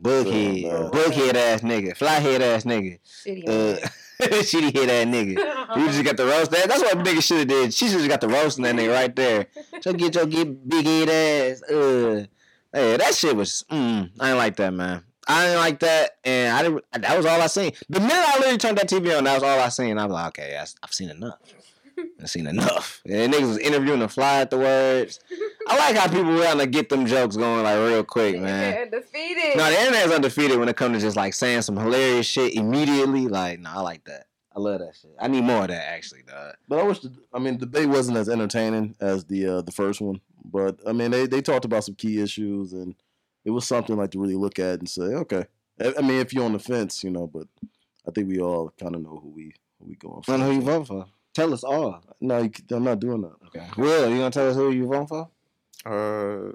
Bug
Yeah,
head,
man.
bug head ass nigga, fly head ass nigga,
Shitty
uh,
man.
[LAUGHS] shitty head ass nigga. [LAUGHS] You
[LAUGHS]
just got the roast that. That's what nigga should have did. She should have got the roast in that nigga right there. So get your get big head ass. Uh, yeah, that shit was. Mm, I ain't like that, man. I didn't like that, and I didn't. That was all I seen. The minute I literally turned that TV on, that was all I seen. I was like, okay, I, have seen enough. I've seen enough. And niggas was interviewing the fly afterwards. I like how people want to get them jokes going like real quick, man.
They're defeated.
No, the internet's undefeated when it comes to just like saying some hilarious shit immediately. Like, no, I like that. I love that shit. I need more of that actually, dog.
But I wish. The, I mean, the debate wasn't as entertaining as the uh, the first one. But I mean, they they talked about some key issues, and it was something like to really look at and say, okay. I, I mean, if you're on the fence, you know. But I think we all kind of know who we who we going
I
for.
don't know who you vote for. Tell us all.
No, you, c- I'm not doing that.
Okay. Will, you gonna tell us who you vote for?
Uh,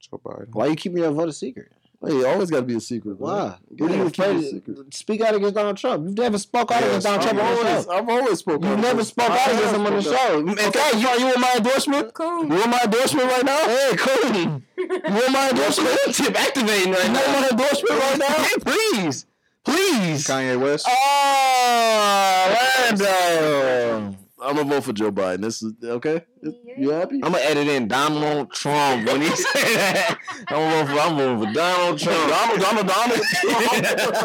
Joe Biden.
Why you keeping your vote a secret?
Hey, it always got to be a secret.
Why?
You
What are you
gotta keep it
afraid
secret.
to speak out against Donald Trump? You've never spoke out
Yeah,
against Donald
speak
Trump on
I've
out.
the
always,
show.
I've always spoken.
You never spoke out against him on the show. In fact, you, you in my endorsement? [LAUGHS]
Cool.
You in my endorsement right now? Hey, cool. You in my endorsement? Tip activating right now. You in my endorsement right now? Please. Please.
Kanye West.
Oh, Orlando.
I'm gonna vote for Joe Biden. This is okay. You happy? [LAUGHS]
I'm gonna edit in Donald Trump when he [LAUGHS] say that. I'm voting for, I'm voting for Donald Trump.
Donald, Donald, Donald. [LAUGHS]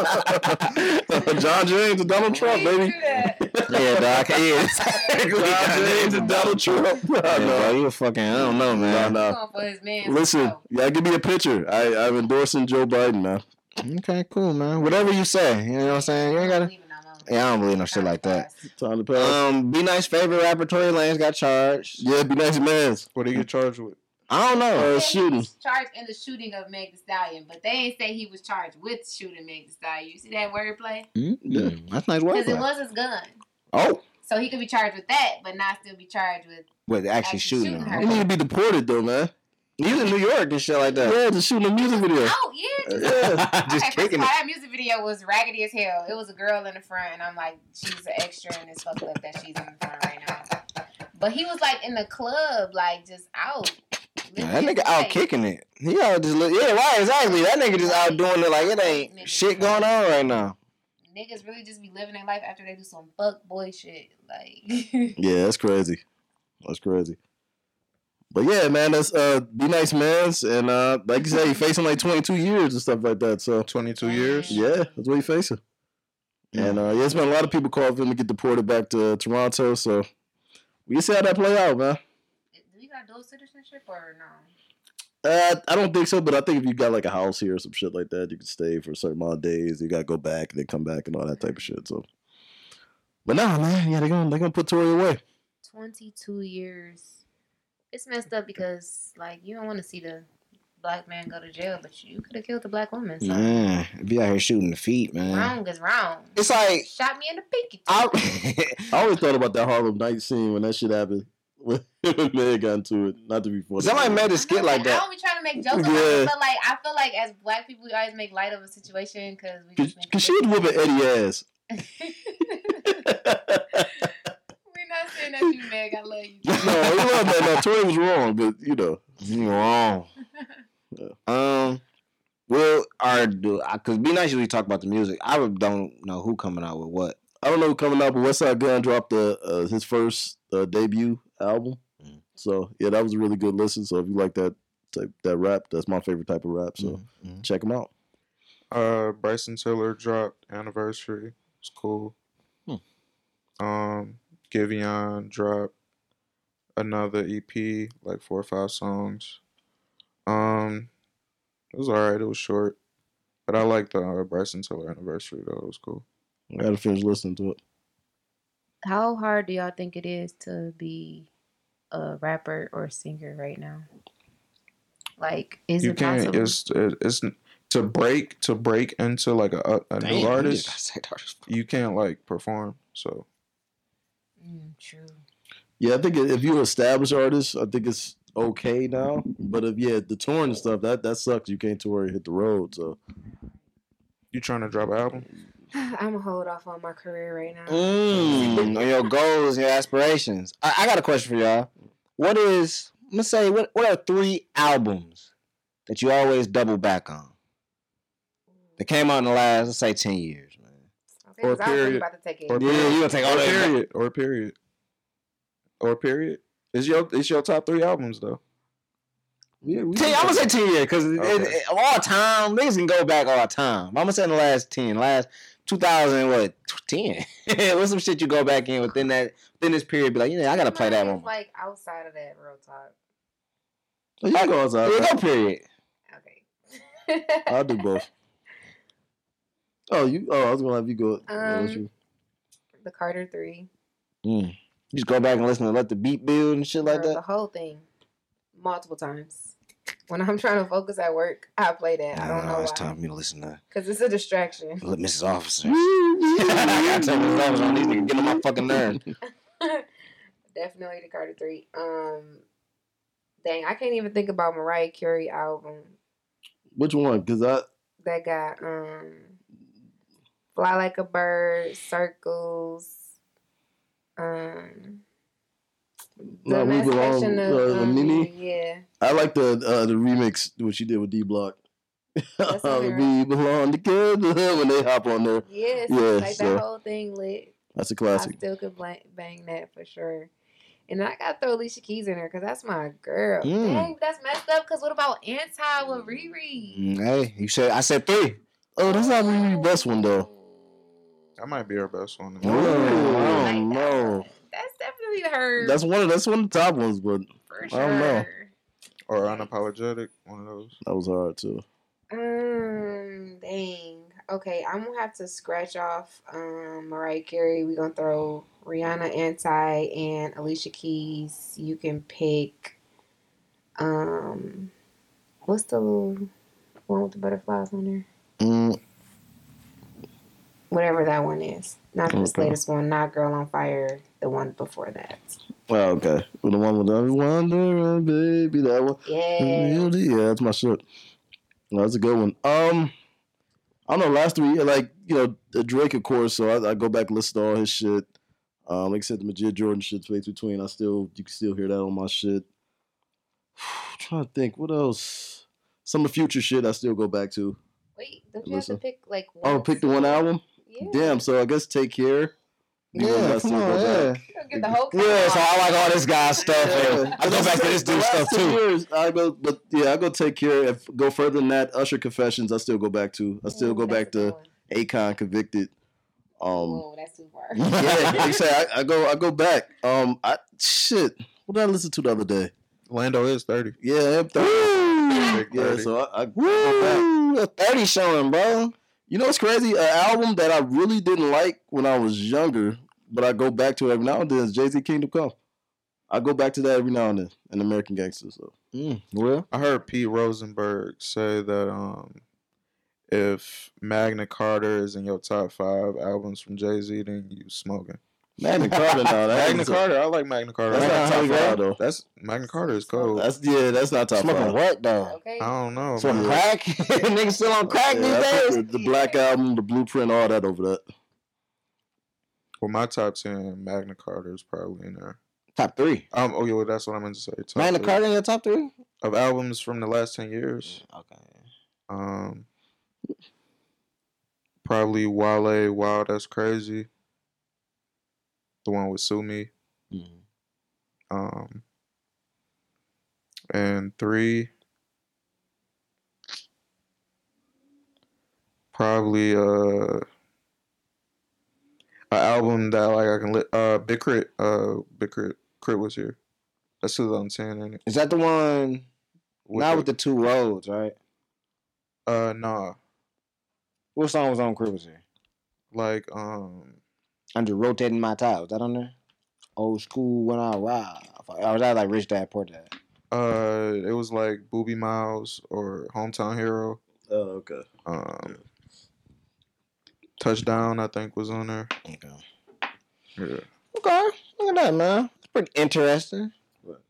John James and Donald Trump, baby.
[LAUGHS] yeah, dog. I can't- Yeah, [LAUGHS] exactly.
John James and Donald Trump. Nah,
Yeah,
[LAUGHS] nah.
bro, you a fucking. I don't know,
Nah,
man.
nah.
Going for his man.
Listen, y'all give me a picture. I, I'm endorsing Joe Biden, man.
Okay, cool, man. Whatever you say, you know what I'm saying. You ain't gotta. Yeah, I don't believe no shit like that.
Time to pass.
Um, be nice favorite rapper Tory Lanez got charged.
Uh, yeah, be nice, man.
What do you get charged with?
I don't know.
Uh,
He
shooting.
was charged in the shooting of Meg Thee Stallion, but they ain't say he was charged with shooting Meg Thee Stallion. You see that wordplay?
Yeah.
Mm, That's nice work.
Because it was his gun,
Oh,
so he could be charged with that, but not still be charged with.
with actually
Actually
shooting
shooting
her.
her.
You need to be deported, though, man.
He's in New York and shit like that.
Yeah, just shooting a music video.
Oh yeah. Just,
Uh, [LAUGHS] Just
okay, first of
kicking
all,
it.
that music video was raggedy as hell. It was a girl in the front, and I'm like, she's an extra in this fuck up that she's in the front right now. But he was like in the club, like just out.
Nah, that
living
nigga
his
out
life.
kicking it. He out just look. Yeah, right. Exactly. That nigga just out doing it like it ain't shit going on right now.
Niggas really just be living their life after they do some fuck boy shit. Like, [LAUGHS]
Yeah, that's crazy. That's crazy. But yeah, man, that's uh be nice man's and uh like you said, you facing like twenty two years and stuff like that. So
Twenty
Mm.
two years.
yeah, that's what you facing.
Yeah.
And uh yeah, it's been a lot of people calling for him to get deported back to Toronto, so we see how that play out, man.
do you got dual citizenship or no?
Uh, I don't think so, but I think if you got like a house here or some shit like that, you can stay for a certain amount of days. You gotta go back and then come back and all that type of shit. So, but nah, man, yeah, they're gonna they're gonna put Tory away.
22 years. It's messed up because, like, you don't want to see the black man go to jail, but you could have killed the black woman. So,
Man, be out here shooting the feet, man.
wrong is wrong.
It's like
Shot me in the pinky.
I. [LAUGHS]
I always thought about that Harlem Night scene when that shit happened. [LAUGHS] When Meg got into it, not to be funny.
Somebody made a
I
skit
know,
like [LAUGHS]
I
that.
always try to make jokes,
Yeah.
yeah. but like I feel like as black people, we always make light of a situation because we
Cause,
just make.
cause she was whooping Eddie ass.
[LAUGHS] We're not saying that you Meg. I love you.
[LAUGHS] No, it wasn't that. No, Tory was wrong, but you know,
[LAUGHS] You wrong. um. Well, our do because be nice usually talk about the music. I don't know who coming out with what.
I don't know what's coming out, but Westside Gun dropped the uh, his first uh, debut album.
Mhm.
So yeah, that was a really good listen. So if you like that type that rap, that's my favorite type of rap. So
Mm-hmm.
check him out.
Uh, Bryson Tiller dropped anniversary. It's cool. Um, Giveon dropped another EP, like four or five songs. Um, it was alright. It was short, but I like the uh, Bryson Tiller anniversary though. It was cool.
I gotta finish listening to it.
How hard do y'all think it is to be a rapper or singer right now? Like, is
you
it possible?
can't. It's it, it's to break to break into like a a, a new artist. you can't like perform. So
Mm, true.
Yeah, I think if you're an established artist, I think it's okay now. But if yeah, the touring and stuff that that sucks. You can't tour and hit the road. So
you trying to drop an album?
[SIGHS] I'm gonna hold off on my career right now.
Mm, on your goals, your aspirations. I, I got a question for y'all. What is? I'm gonna say what. What are three albums that you always double back on that came out in the last, let's say, ten years, man?
Okay, 'cause I
Or
was thinking
period.
about to take it.
Or
Yeah, you gonna take all
or
that?
period. Or period. Or period. It's your it's your top three albums though.
yeah, we
Ten, I'm gonna say ten years because
Okay.
of all time, niggas can go back all time. I'm gonna say in the last ten, last 2000, what tw- ten? [LAUGHS] What's some shit you go back in within that within this period? Be like, yeah, I gotta play that
Mine is,
one.
Like outside of that, real talk.
Oh, you go outside.
Yeah, go period.
Okay.
Uh,
I'll do both. Oh, you. Oh, I was gonna have you go.
Um,
what you-
[LAUGHS] the Carter Three,
Mm. You just go back and listen to let the beat build and shit like
Girl, the
that.
whole thing, multiple times. When I'm trying to focus at work, I play that. I don't know
it's
why,
time for me to listen to
because it's a distraction. [LAUGHS]
let Mrs. [LAUGHS] Officer. [LAUGHS] I gotta tell Mrs. Officer on these niggas getting on
[LAUGHS]
my fucking nerves.
Definitely the Carter Three. Um, dang, I can't even think about Mariah Carey album.
Which one? Because I.
That guy, um, Fly Like a Bird, Circles, um,
No, we belong.
Emancipation
uh,
um,
Mimi.
Yeah.
I like the uh, the remix what she did with D Block.
That's how we
[LAUGHS] we belong together when they hop on there.
Yes,
Yeah,
like
so-
that whole thing lit.
That's a
I
classic.
still could blank, bang that for sure. And I gotta throw Alicia Keys in there because that's my girl.
Mm.
Dang, that's messed up. Because what about anti with Riri?
Mm, Hey, you said I said three.
Oh, that's not really the best one though.
That might be our best one.
Oh,
Ooh,
I
like
don't know.
that- That's definitely her.
That's one of that's one of the top ones, but
for
I don't know.
sure.
Or unapologetic, one of those.
that was hard too.
Um, dang. Okay, I'm gonna have to scratch off um Mariah Carey. We're gonna throw Rihanna Anti and Alicia Keys. You can pick um what's the little one with the butterflies on there?
Mm,
Whatever that one is. Not this
Okay.
latest one, not Girl on Fire, the one before that.
well, okay. With the one with the wandering baby, that one. Mm,
Yeah.
Yeah, that's my shit. No, that's a good one. Um, I don't know. Last three, like you know, the Drake, of course. So I, I go back and listen to all his shit. Um, like I said, the Majid Jordan shit's way too tween. I still, you can still hear that on my shit. [SIGHS] trying to think, what else? Some of the future shit I still go back to.
Wait, don't you
Listen.
have to pick like one?
Oh, pick the one album.
Yeah.
Damn. So I guess take care. You know, I still go back.
You don't get the whole
Yeah, so
catalog.
I like all this guy's stuff. and I go back to this dude's stuff
[LAUGHS]
Two
too.
years, I go, but yeah, I go take care. If go further than that, Usher confessions, I still go back to. I still
Ooh,
go
that's
back
a good
to
one.
Akon convicted. Um,
[LAUGHS]
Ooh, that's too far.
[LAUGHS] yeah, like I say, I, I go, I go back. Um, I shit. What did I listen to the other day?
Lando is 30.
Yeah, I am thirty.
Big
yeah.
30.
So I, I go back.
Woo, a thirty showing, bro.
You know, it's crazy. An album that I really didn't like when I was younger, but I go back to every now and then. Is Jay Z Kingdom Come. I go back to that every now and then. An American Gangster. So
Mm, well,
I heard Pete Rosenberg say that um, if Magna Carta is in your top five albums from Jay Z, then you smoking.
[LAUGHS] Magna Carta. No, that
Magna
ain't-
Carta, I like Magna Carta.
That's not top five though.
That's Magna Carta is cold.
That's yeah. That's not top
smoking
five.
what
[LAUGHS]
though?
Okay.
I don't know.
Some
man.
crack? [LAUGHS] Niggas still on crack
Yeah, I
these
put
days?
the, the Black Album, the Blueprint, all that over that.
Well, my top ten Magna Carta is probably in there.
Top three.
Um, oh yeah, that's what I meant to say. Top
Magna
three.
Carta in the top three?
of albums from the last ten years.
Okay.
Um, probably Wale. Wow, that's crazy. The one with Sumi.
Mm.
Um, and three, probably uh, an album that like I can li- uh Big Crit uh Big Crit Crit was here. That's 2010, ain't it?
Is that the one? not with the two roads, right?
uh nah
What song was on Cruiser?
like um
Under rotating my top. Was that on there? Old school when I ride. Or was that like Rich Dad Poor Dad?
uh it was like Booby Miles or Hometown Hero.
Oh, okay.
Um, Touchdown I think was on there.
Okay.
Yeah.
Okay. Look at that, man. It's pretty interesting.
What?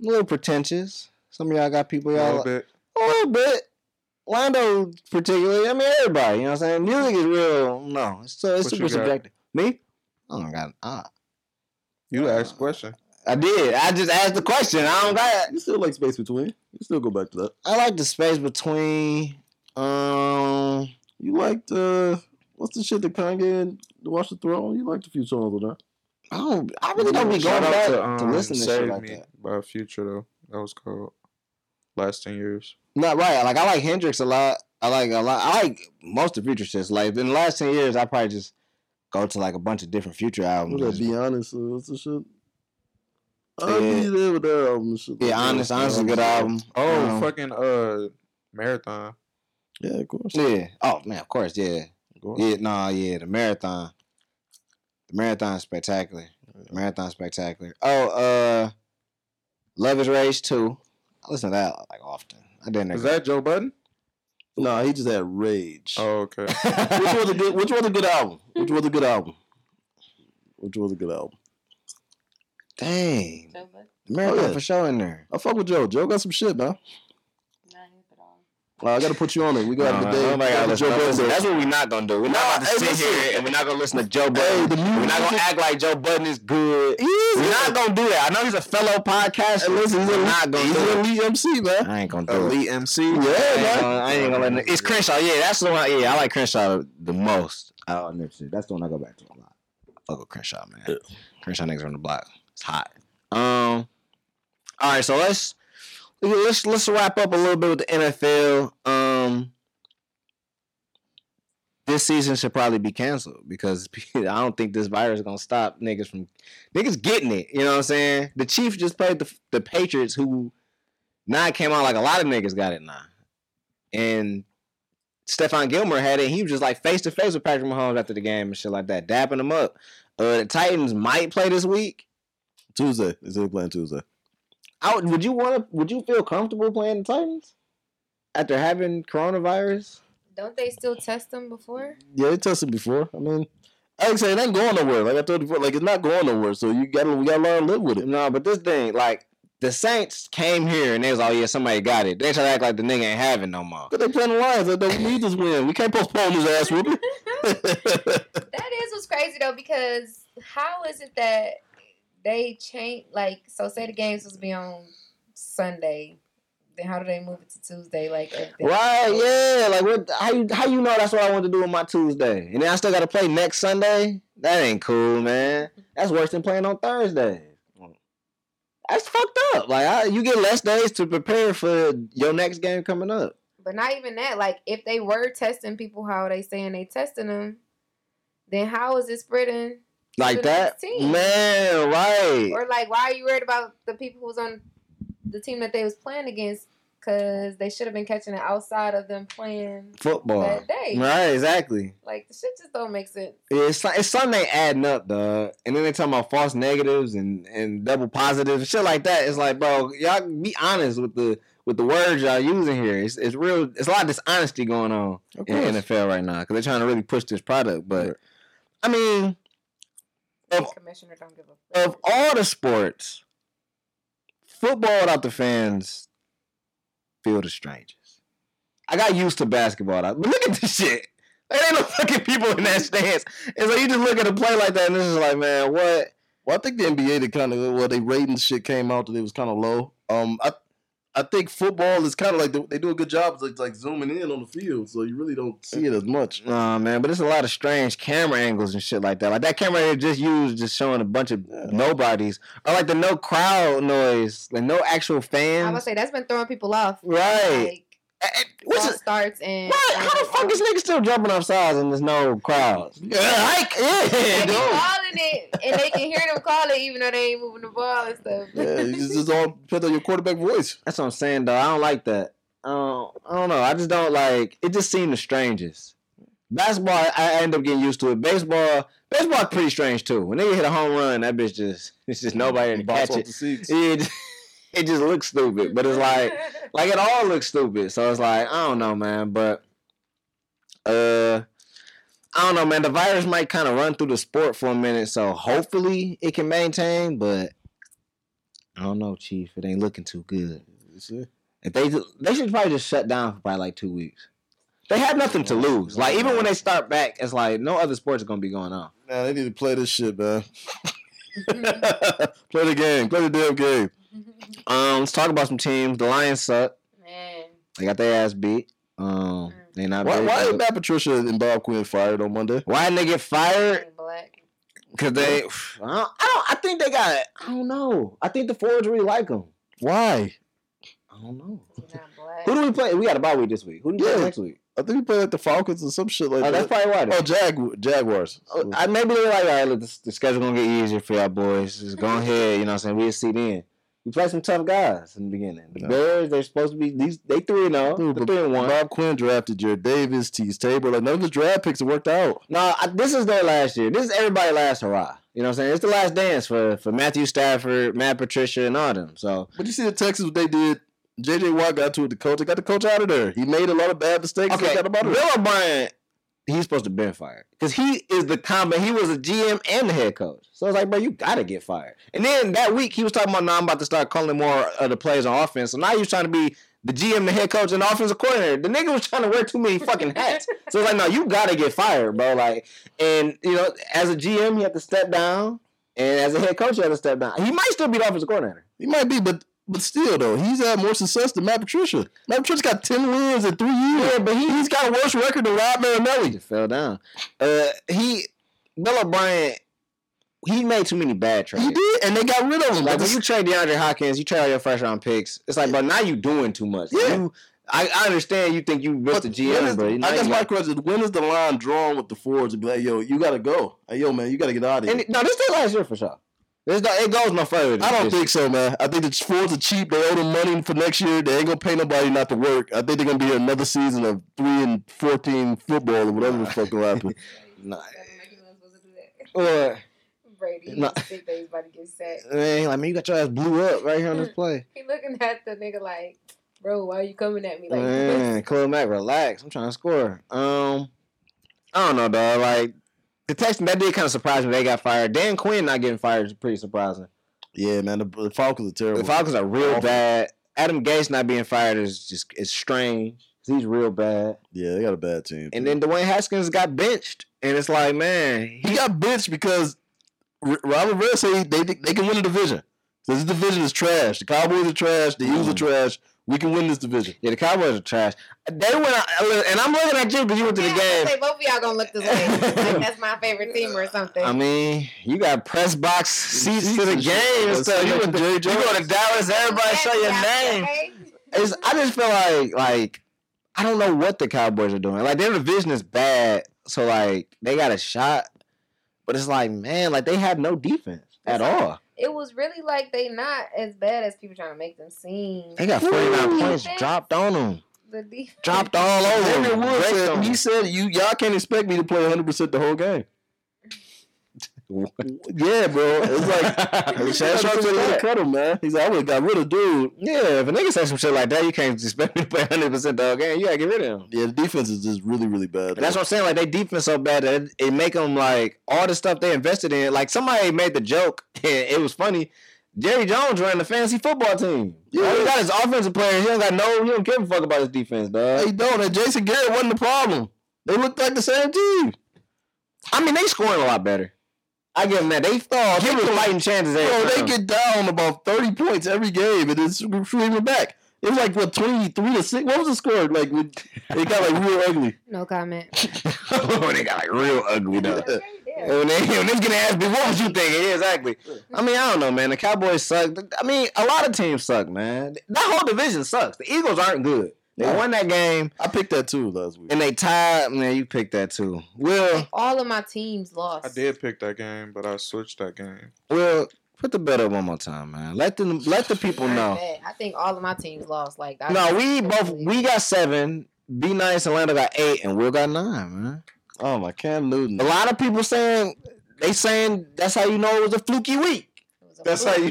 A little pretentious. Some of y'all got people
A
y'all
little bit.
a little bit. Lando particularly. I mean everybody. You know what I'm saying? Music is real. No, it's so it's
What
super
you got?
subjective. Me? Oh my god. Ah.
You
Uh,
asked a question.
I did. I just asked the question. I don't got.
You still like Space Between? You still go back to that?
I like the space between. Um.
You liked uh, what's the shit that Kanye and Watch the Throne? You liked a few songs on that.
I don't. I really don't be going
Shout out
back to,
um,
listen to shit
Save
like
Me
that.
by Future though. That was called last ten years.
Not right. Like I like Hendrix a lot. I like a lot. I like most of Future shit. Like in the last ten years, I probably just go to like a bunch of different Future albums.
What that Be Honest? Uh, what's the shit? I'll
Yeah.
be there with that album. and Shit
yeah,
like that.
honest, honest is a good album.
Oh
Um,
fucking uh marathon.
Yeah, of course.
Yeah. Oh man, of course. Yeah.
Of course.
Yeah. Nah. Yeah. The marathon. The marathon is spectacular. The marathon is spectacular. Oh, uh, Love Is Rage two. I listen to that like often. I didn't.
Is that Joe Budden?
Nah, he just had rage.
Oh [LAUGHS] okay.
which was a good? Which was a good album? Which was a
[LAUGHS]
good album? Which was a good album?
Dang.
So, but
The marathon
Oh, yeah.
for sure in there.
I fuck with Joe. Joe got some shit, man.
not hip at all.
Uh, I gotta put you on it. We
No,
gotta have the day.
nobody gotta
after
listen.
Joe
No, listen,
Budden.
That's what we're not gonna do. We're
Nah,
not gonna
hey,
sit
listen.
here and we're not gonna listen to Joe
Hey,
Budden.
the
we're not gonna
music-
act like Joe Budden is good.
He
We're
is.
not gonna do that. I know he's a fellow podcaster.
And listen, he's
we're
a-
not gonna
He's
do it.
an elite MC, man.
I ain't gonna do it.
Elite MC.
Yeah,
I ain't,
man.
gonna, I ain't gonna let it. It's Crenshaw. Yeah, that's the one. Yeah, I like Crenshaw the most. I don't know. shit. That's the one I go back to a lot. Fuck with Crenshaw, man. Crenshaw niggas on the block. It's hot. Um. All right, so let's let's let's wrap up a little bit with the NFL. Um. This season should probably be canceled because [LAUGHS] I don't think this virus is gonna stop niggas from niggas getting it. You know what I'm saying? The Chiefs just played the the Patriots, who now it came out like a lot of niggas got it now. And Stefan Gilmore had it. He was just like face to face with Patrick Mahomes after the game and shit like that, dapping him up. Uh, the Titans might play this week.
Tuesday. Is it playing Tuesday?
I would, would you want to? Would you feel comfortable playing the Titans after having coronavirus?
Don't they still test them before?
Yeah, they tested before. I mean, like I say it ain't going nowhere. Like I told you before, like it's not going nowhere. So you gotta we gotta learn to live with it.
No, but this thing, like the Saints came here and they was like, oh yeah, somebody got it. They try to act like the nigga ain't having no more.
But they playing the Lions. They don't need this win. We can't postpone this ass whooping.
That is what's crazy though, because how is it that they change? Like, so say the games was be on Sunday, then how do they move it to Tuesday? Like, at the-
Right, yeah. Like what how you how you know that's what I want to do on my Tuesday? And then I still gotta play next Sunday? That ain't cool, man. That's worse than playing on Thursday. That's fucked up. Like I, you get less days to prepare for your next game coming up.
But not even that. Like, if they were testing people, how they saying they testing them? Then how is it spreading?
Like
To the
that.
next team.
Man, right.
Or like, why are you worried about the people who was on the team that they was playing against? Because they should have been catching it outside of them playing
Football.
that day.
Right, exactly.
Like, the shit just don't make sense.
It's like it's something they adding up, dog. And then they talking about false negatives and and double positives and shit like that. It's like, bro, y'all be honest with the with the words y'all using here. It's it's real. It's a lot of dishonesty going on
[LAUGHS] Of
in
course.
NFL right now because they're trying to really push this product. But
Right.
I mean, of
Commissioner don't give a
of all the sports, football without the fans feel the strangest. I got used to basketball, but look at this shit. There ain't no fucking people in that stands. And so you just look at a play like that, and this is like, man, what?
Well, I think the NBA they kind of well they ratings shit came out that it was kind of low. Um, I I think football is kind of like they, they do a good job of like, like zooming in on the field, so you really don't see it as much.
Nah, man, but it's a lot of strange camera angles and shit like that. Like that camera they just used, just showing a bunch of
Yeah.
nobodies, or like the no crowd noise, like no actual
I
fans.
would say that's been throwing people off.
right?
Like,
Eh, eh, Which
Which
is
starts and
What? How the fuck is niggas still jumping off sides and there's no
[LAUGHS]
crowds? Yeah, like, yeah,
they
dude.
can calling it and they can hear them call it even though they ain't moving the ball and stuff.
Yeah, it's
[LAUGHS]
just all depends on your quarterback voice.
That's what I'm saying, though. I don't like that. I don't, I don't know. I just don't like. It just seemed the strangest. Basketball, I- I end up getting used to it. Baseball, baseball's pretty strange too. When they hit a home run, that bitch just it's just nobody to
Bounce
[LAUGHS] catch
off
it.
the seats.
It [LAUGHS] it just looks stupid, but it's like like it all looks stupid. So it's like I don't know, man. But uh, I don't know, man. The virus might kind of run through the sport for a minute, so hopefully it can maintain. But I don't know, Chief. It ain't looking too good.
That's it.
If they they should probably just shut down for probably like two weeks. They had nothing to lose. Like even when they start back, it's like no other sports are gonna be going on.
Man, they need to play this shit, man. [LAUGHS] play the game. Play the damn game.
Um, let's talk about some teams. The Lions suck.
Man,
They got their ass beat. Um, they not.
Why,
very
why
good.
ain't Matt Patricia and Bob Quinn fired on Monday?
Why didn't they get fired?
ain't black.
Cause they, I don't, I don't. I think they got. I don't know. I think the Fords really like them.
Why?
I don't know.
You're not black.
Who do we play? We got a bye week this week. Who do we play
Yeah.
next week?
I think he played at the Falcons or some shit like
Oh, that's
that.
probably why.
Oh,
they-
Jag- Jaguars.
Oh, I, maybe they're like, all right, look, this, the schedule gonna get easier for y'all boys. Just [LAUGHS] go ahead. You know what I'm saying? We'll see then. We play some tough guys in the beginning. The
No.
Bears, they're supposed to be these. They three and oh. zero.
Dude,
They're
but
three and one.
Bob Quinn drafted Jared Davis, Tease Tabor. Like none of his draft picks have worked out.
No, I, this is their last year. This is everybody last hurrah. You know what I'm saying? It's the last dance for for Matthew Stafford, Matt Patricia, and all them. So
But you see the Texans what they did. JJ Watt got to it. The coach they got the coach out of there. He made a lot of bad mistakes. They
Okay,
got him out of there.
Bill O'Brien, he's supposed to have been fired because he is the combat. He was a GM and the head coach, so it's like, bro, you gotta get fired. And then that week, he was talking about, "No, I'm about to start calling more of the plays on offense." So now you're trying to be the GM, the head coach, and the offensive coordinator. The nigga was trying to wear too many fucking
[LAUGHS]
hats. so it's like, no, you gotta get fired, bro. Like, and you know, as a GM, he had to step down, and as a head coach, he had to step down. He might still be the offensive coordinator.
He might be, but but still though, he's had more success than Matt Patricia. Matt Patricia's got ten wins in three years.
Yeah, but he,
He's got a worse record than Rob
he
Marinelli.
just fell down. Uh, he Bill O'Brien, he made too many bad trades.
He did, and they got rid of him.
Like
But
when you trade DeAndre Hopkins, you trade all your first round picks. It's like, but now you doing too much.
Yeah.
You, I, I understand you think you ripped the
when is-
GM, but you know,
I guess
you
my
got-
question is, when is the line drawn with the Fords to be like, yo, you gotta go. Hey, yo, man, you gotta get out of
and
here.
it- no, this is last year for sure. This no, it goes no further. than
I don't
this.
think so, man. I think the Fords are cheap. They owe them money for next year. They ain't gonna pay nobody not to work. I think they're gonna be here another season of three and fourteen football or whatever the fuck
[LAUGHS]
will happen.
Nah.
He wasn't supposed to do that.
Or,
Brady, he
No.
think that he's about to get sacked.
man, like man, you got your ass blew up right here on this
Mm.
play.
He looking at the nigga like, bro, why you coming at me like this?
Man, Khalil Mack, relax. I'm trying to score. Um, I don't know, dog. Like the Texans, that did kind of surprise me. They got fired. Dan Quinn not getting fired is pretty surprising.
yeah, man, the, the Falcons are terrible.
The Falcons are real
Awful.
bad. Adam Gates not being fired is just is strange. He's real bad.
yeah, they got a bad team.
And then Dwayne Haskins got benched, and it's like, man,
he
he,
got benched because R- Robert Rivera said they they can win the division. So this division is trash. The Cowboys are trash. The Eagles are
Mhm.
trash. We can win this division.
yeah, the Cowboys are trash. They went, out, uh, and I'm looking at you because you went to the
Yeah, I was
game.
gonna say both of y'all gonna look this way.
[LAUGHS]
like that's my favorite team or something.
I mean, you got press box seats to the
and shit.
game and
Let's
stuff.
see
You,
what
went to,
Jerry
you go to
Jones-
Dallas, everybody show your name. It's, I just feel like, like, I don't know what the Cowboys are doing. Like their division is bad, so like they got a shot, but it's like, man, like they have no defense at all.
It was really like they not as bad as people trying to make them seem.
They got 49
Ooh.
points dropped on them.
The [LAUGHS] defense.
Dropped all over
Xavier
them.
Woods
Raked
said,
them.
he said you y'all can't expect me to play 100 percent the whole game. yeah, bro. It's like [LAUGHS] Shan Sharp said he would cut him, man. He's like, I would have got rid of dude.
Yeah, if a nigga say some shit like that, you can't [LAUGHS] expect me to play 100% the whole game. You gotta get rid of him.
Yeah, the defense is just really, really bad.
That's what I'm saying. Like, they defense so bad that it, it make them, like, all the stuff they invested in. Like, somebody made the joke, [LAUGHS] and it was funny. Jerry Jones ran the fantasy football team. All he
Yeah.
got is offensive players. He don't got no, he don't give a fuck about his defense, dog.
they don't. And Jason Garrett wasn't the problem. They looked like the same team.
I mean, they scoring a lot better. I give them that. They thought
they
they was
can-
fighting chances every
Bro, they
time.
get down about 30 points every game and it's screaming back. It was like, what, 23 to 6? What was the score? Like, when- it got like real ugly.
No comment.
[LAUGHS] they got, like, real ugly, dog.
Yeah.
When, they, when this getting asked, what was you thinking? Yeah, exactly. I mean, I don't know, man. The Cowboys suck. I mean, a lot of teams suck, man. That whole division sucks. The Eagles aren't good. They
No.
won that game
I picked that too last week.
and they tied. Man, you picked that too. Will,
All of my teams lost.
I did pick that game, but I switched that game.
Will, put the bet up one more time, man. Let them, let the people
I
know.
bet. I think all of my teams lost. Like I
Oh, No, we both we got seven. Be nice. Atlanta got eight, and Will got nine, man.
Oh, my Cam Newton.
A lot of people saying they saying that's how you know it was a fluky week.
It was a
That's how you.
[LAUGHS]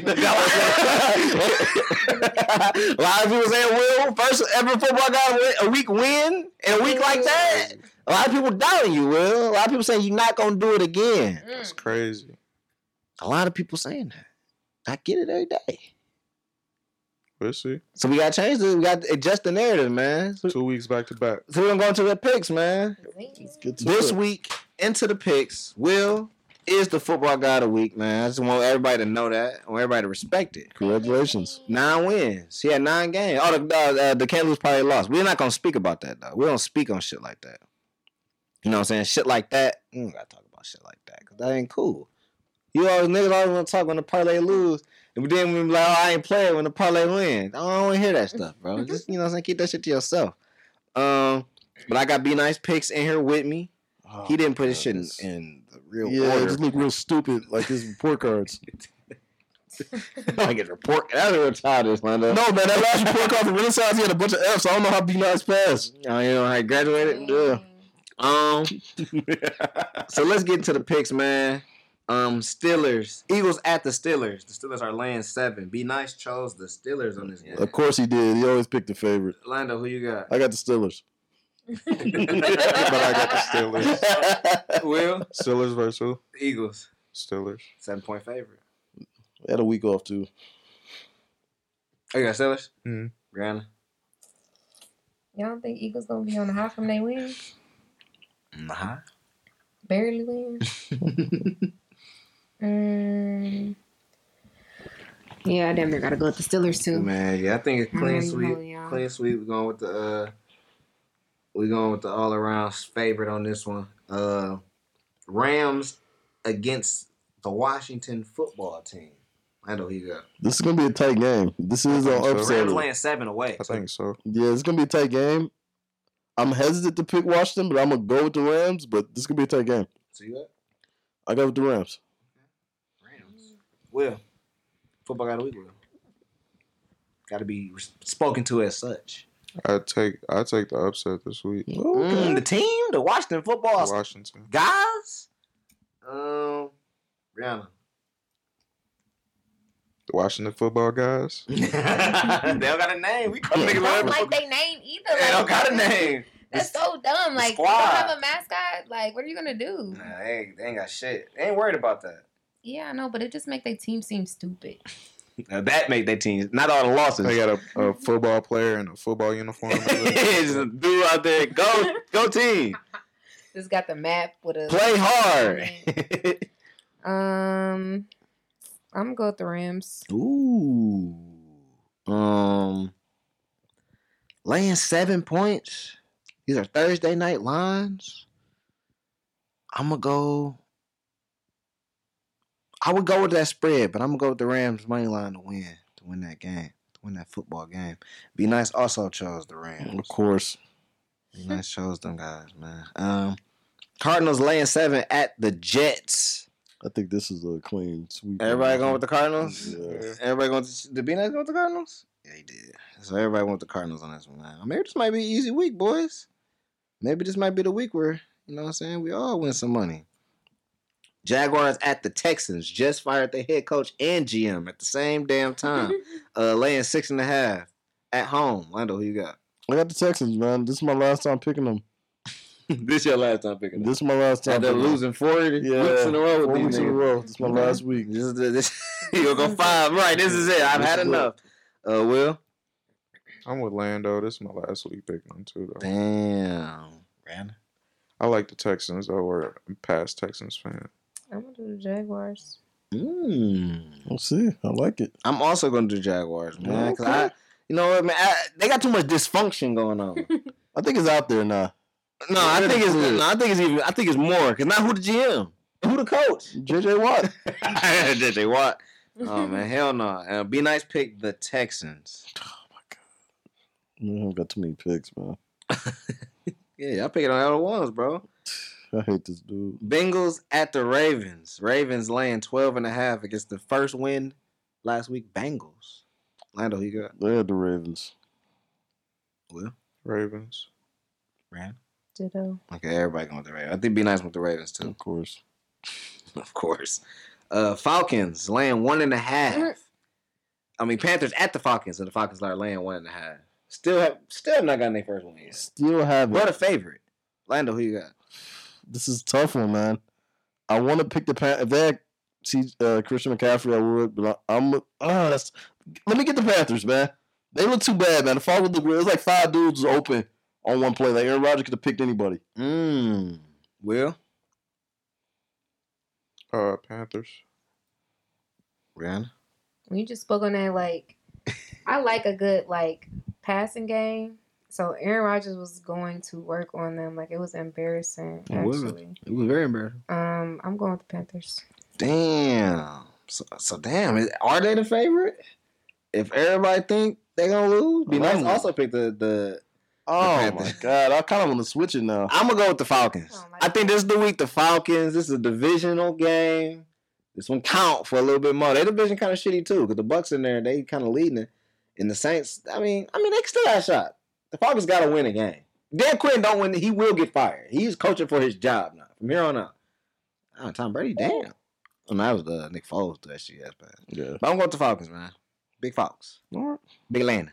fluke.
[LAUGHS] a lot of people saying, "Will first ever football guy win- a week win in a week like that." A lot of people doubting you, Will. A lot of people saying you're not gonna do it again. [LAUGHS]
It's
Mm.
crazy.
A lot of people saying that. I get it every day.
We'll see.
So we gotta change this. We gotta adjust the narrative, man. So,
Two weeks back to back.
so we don't go into the picks, man.
Zing.
Get to
This
it.
week into the picks. Will is the football guy of the week, man. I just want everybody to know that. I want everybody to respect it.
Congratulations.
Nine wins. He had nine games. Oh, the uh, uh, the Candles probably lost. We're not gonna speak about that though. We don't speak on shit like that. You know what I'm saying? Shit like that. We don't gotta talk about shit like that because that ain't cool. You always niggas always wanna talk when the parlay lose, and then we be like, oh, I ain't playing when the parlay win. I don't wanna hear that stuff,
[LAUGHS]
bro. Just you know what I'm saying? Keep that shit to yourself. Um, but I got B nice picks in here with me. He didn't put his shit in, in the real
Oh, Yeah, it
order.
just looked real stupid, like his report cards.
like his report. That's real childish, Lando.
[LAUGHS] no, man, that last report card for Renaissance, he had a bunch of F's. I don't know how B-Nice passed.
Oh, you know how he graduated? Yeah. Um. so let's get into the picks, man. Um, Steelers, Eagles at the Steelers. The Steelers are laying seven. Be nice chose the Steelers on this game.
Of course he did. He always picked the favorite.
Lando, who you
[LAUGHS]
got?
I got the Steelers.
but I got
[LAUGHS]
the Steelers.
Will
Steelers versus who?
the Eagles
Steelers.
seven point favorite.
They had a week off, too.
Oh, you got Steelers.
Mhm.
Brianna.
Y'all don't think Eagles gonna be on the high from they win?
Nah.
Barely
[LAUGHS]
win. Mm. Yeah, I damn near gotta go with the Steelers too.
Man, yeah, I think it's
I
clean
don't
sweep.
know, y'all.
Clean sweep. We're going with the uh we're going with the all around favorite on this one. Uh Rams against the Washington football team. I know he got
This is gonna be a tight game. This is an
So
upset.
Rams laying seven away.
I think so.
Yeah, it's gonna be a tight game. I'm hesitant to pick Washington, but I'm gonna go with the Rams. But this is gonna be a tight game.
So you got
I go with the Rams.
Rams. Will. Football got a week, Will. Gotta be res- spoken to as such.
I take I take the upset this week.
Mm, the team, the Washington football
Washington.
guys. Um, Rihanna.
The Washington football guys.
[LAUGHS] they don't got a name. We call niggas
Don't
whatever.
like they name either.
they
Like,
don't got a name.
That's so dumb. Like, you
squad.
don't have a mascot. Like, what are you gonna do?
Nah, they, ain't, they ain't got shit. They ain't worried about that.
Yeah, I know, but it just make their team seem stupid.
Now that made their team. Not all the losses. [LAUGHS]
They got a, a football player in a football uniform.
It's a dude out there. Go, go team.
Just got the map with a
Play hard.
Um, I'm gonna go with the Rams.
[LAUGHS] Ooh. Um. Laying seven points. These are Thursday night lines. I'm gonna go. I would go with that spread, but I'm gonna go with the Rams money line to win to win that game, to win that football game. Be nice. Also chose the Rams.
Of course.
Be nice. Chose them guys, man. Um, Cardinals laying seven at the Jets.
I think this is a clean sweep.
Everybody going with the Cardinals.
Yeah.
Everybody going to did B Nice go with the Cardinals? Yeah, he did. So everybody went with the Cardinals on this one. Man. Maybe this might be an easy week, boys. Maybe this might be the week where, you know what I'm saying, we all win some money. Jaguars at the Texans just fired their head coach and GM at the same damn [LAUGHS] time. uh laying six and a half at home. Lando, who you got?
I got the Texans, man. This is my last time picking them.
this your last time [LAUGHS] picking
This is my last time.
After
picking 'em.
losing four weeks in a row
Four
with
weeks
these
in a
niggas.
row. This is my last week.
This is the, this, [LAUGHS] you'll go five. Right, this is it. I've
This
had
is it.
enough. Uh Will?
I'm with Lando. This is my last week picking them too. Though.
Damn. Ran.
I like the Texans. though, or I'm past Texans fan.
I'm gonna do the Jaguars.
Mm.
We'll see. I like it.
I'm also going to do Jaguars, man. 'cause I,
Okay.
you know what, man? I, they got too much dysfunction going on.
I think it's out there now.
no, I think it's no, I think it's even. I think it's more. Cause not who the GM, who the [LAUGHS] coach.
JJ Watt.
JJ Watt. Oh man, hell no. Uh, be nice. Pick the Texans.
Man, I've got too many picks, man.
Yeah, I pick it on out of ones, bro.
I hate this dude.
Bengals at the Ravens. Ravens laying 12 and a half against the first win last week. Bengals. Lando, who you got?
They had the Ravens.
Will.
Ravens.
Ran.
[LAUGHS] Ditto. [CLEARS THROAT]
Okay, everybody going with the Ravens. I think be nice with the Ravens too. [LAUGHS]
Of course.
Of course. Uh, Falcons laying one and a
Mm.
half. I mean Panthers at the Falcons, and the Falcons are laying one and a half. Still have still have not gotten their first win yet.
Still have
What
it.
a favorite. Lando, who you got?
This is a tough one, man. I want to pick the Pan. If they had see uh, Christian McCaffrey, I would. But I, I'm. Oh, that's. Let me get the Panthers, man. They look too bad, man. The fall looked great. It was like five dudes open on one play. Like Aaron Rodgers could have picked anybody.
Mmm. Will?
Uh, Panthers.
Rihanna.
When you just spoke on that, like I like a good like passing game. So Aaron Rodgers was going to work on them. Like it was embarrassing,
It was.
actually.
It was very embarrassing.
Um, I'm going with the Panthers.
Damn. So, so damn, is, are they the favorite? If everybody think they gonna lose, be nice.
Ooh.
Also pick the the
Oh my
Panthers.
god! I kind of want to switch it now.
I'm gonna go with the Falcons.
I don't like
I think this is the week the Falcons. This is a divisional game. This one count for a little bit more. Their division kind of shitty too, because the Bucks in there they kind of leading it, and the Saints. I mean, I mean they still got a shot. The Falcons got to win a game. Dan Quinn don't win, he will get fired. He's coaching for his job now. From here on out, oh, Tom Brady, damn. And that was the Nick Foles that shit. That's bad.
Yeah.
But I'm going with the Falcons, man. Big Fox. Big Atlanta.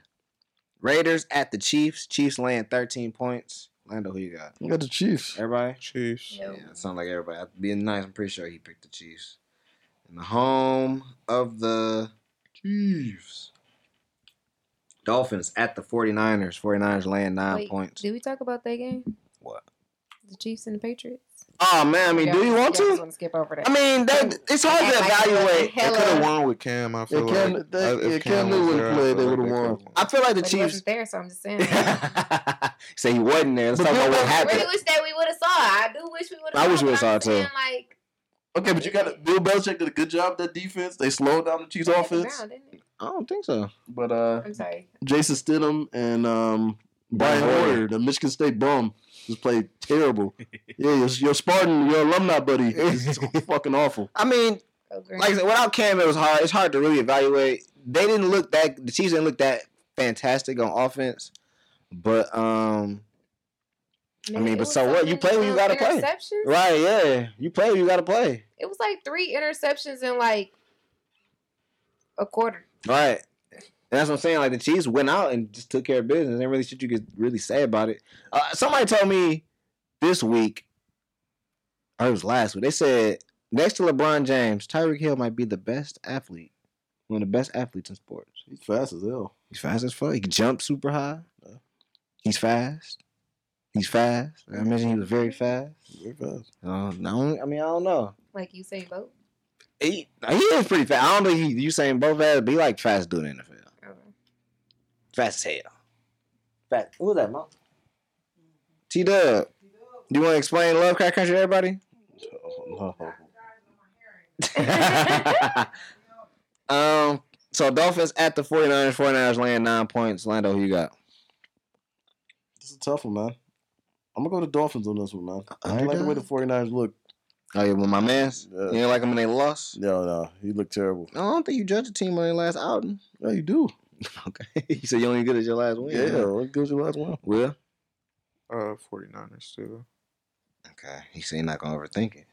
Raiders at the Chiefs. Chiefs laying 13 points. Lando, who you got?
I got the Chiefs.
Everybody?
Chiefs.
Yep.
Yeah, it sounds like everybody. I- Being nice, I'm pretty sure he picked the Chiefs. In the home of the Chiefs. Dolphins at the 49ers. 49ers laying nine
Wait,
points.
Did we talk about that game?
What?
The Chiefs and the Patriots.
Oh man, I mean, do you want
just
to?
want to skip over that.
I mean, that it's hard to
Act like it was
evaluate.
They
hella-
could have won with Cam. I feel
Cam-
like
they-
I- if
yeah, Cam
Cam
Newton
was
would've
there, I
played,
feel
they
like
would've
could've
won.
I feel like the
but he
Chiefs.
wasn't there, so I'm
[LAUGHS]
just saying.
Say he wasn't there. Let's
But
talk about
then-
what
I
happened.
really wish that we would have saw. it. I do wish we would have.
I wish we would've saw it, too.
Like
Okay, but you got to Bill Belichick did a good job that defense. They slowed down the Chiefs'
they hit the
offense,
ground, didn't they?
I don't think so.
but uh,
I'm sorry.
Jason Stidham and um, Brian
Brian Hoyer.
Hoyer, the Michigan State bum, just played [LAUGHS] terrible. yeah, your, your Spartan, your alumni [LAUGHS] buddy, is fucking awful.
I mean,
Go green.
like I said, without Cam, it was hard. It's hard to really evaluate. They didn't look that. The Chiefs didn't look that fantastic on offense, but um,
Man,
mean,
it
but
was
so what? You
many
play when you
damn
gotta play.
interceptions.
right, yeah, you play, you gotta play.
It was like three interceptions in like a quarter.
Right. And that's what I'm saying. Like the Chiefs went out and just took care of business. Ain't really shit you could really say about it. Uh, somebody told me this week, or it was last week. They said next to LeBron James, Tyreek Hill might be the best athlete, one of the best athletes in sports.
He's fast as hell.
He's fast as fuck. He can jump super high. He's fast. He's fast. I imagine he was very fast.
Very fast.
Uh, no, I mean I don't know.
Like you say, vote.
He, he is pretty fast. I don't think he, you saying both fast, but he like fast dude in the NFL. Fast as hell. Fast. Who was that, Mom? T Dub. Do you want to explain Lovecraft Country to [LAUGHS] everybody?
Oh, no.
um. So Dolphins at the 49ers. 49ers laying nine points. Lando, who you got?
This is a tough one, man. I'm going to go to Dolphins on this one, man. I don't like the way the
Underdog?
49ers look.
Oh, yeah, with my mans.
Yeah.
You didn't like them when they lost?
No, no. He looked terrible.
I don't think you judge a team on their last outing.
Yeah,
[LAUGHS]
you do.
Okay. you said you only good as your last win.
Yeah, yeah. what goes your last one?
Will?
won. Uh, 49ers too.
Okay. He said you're not going to overthink it.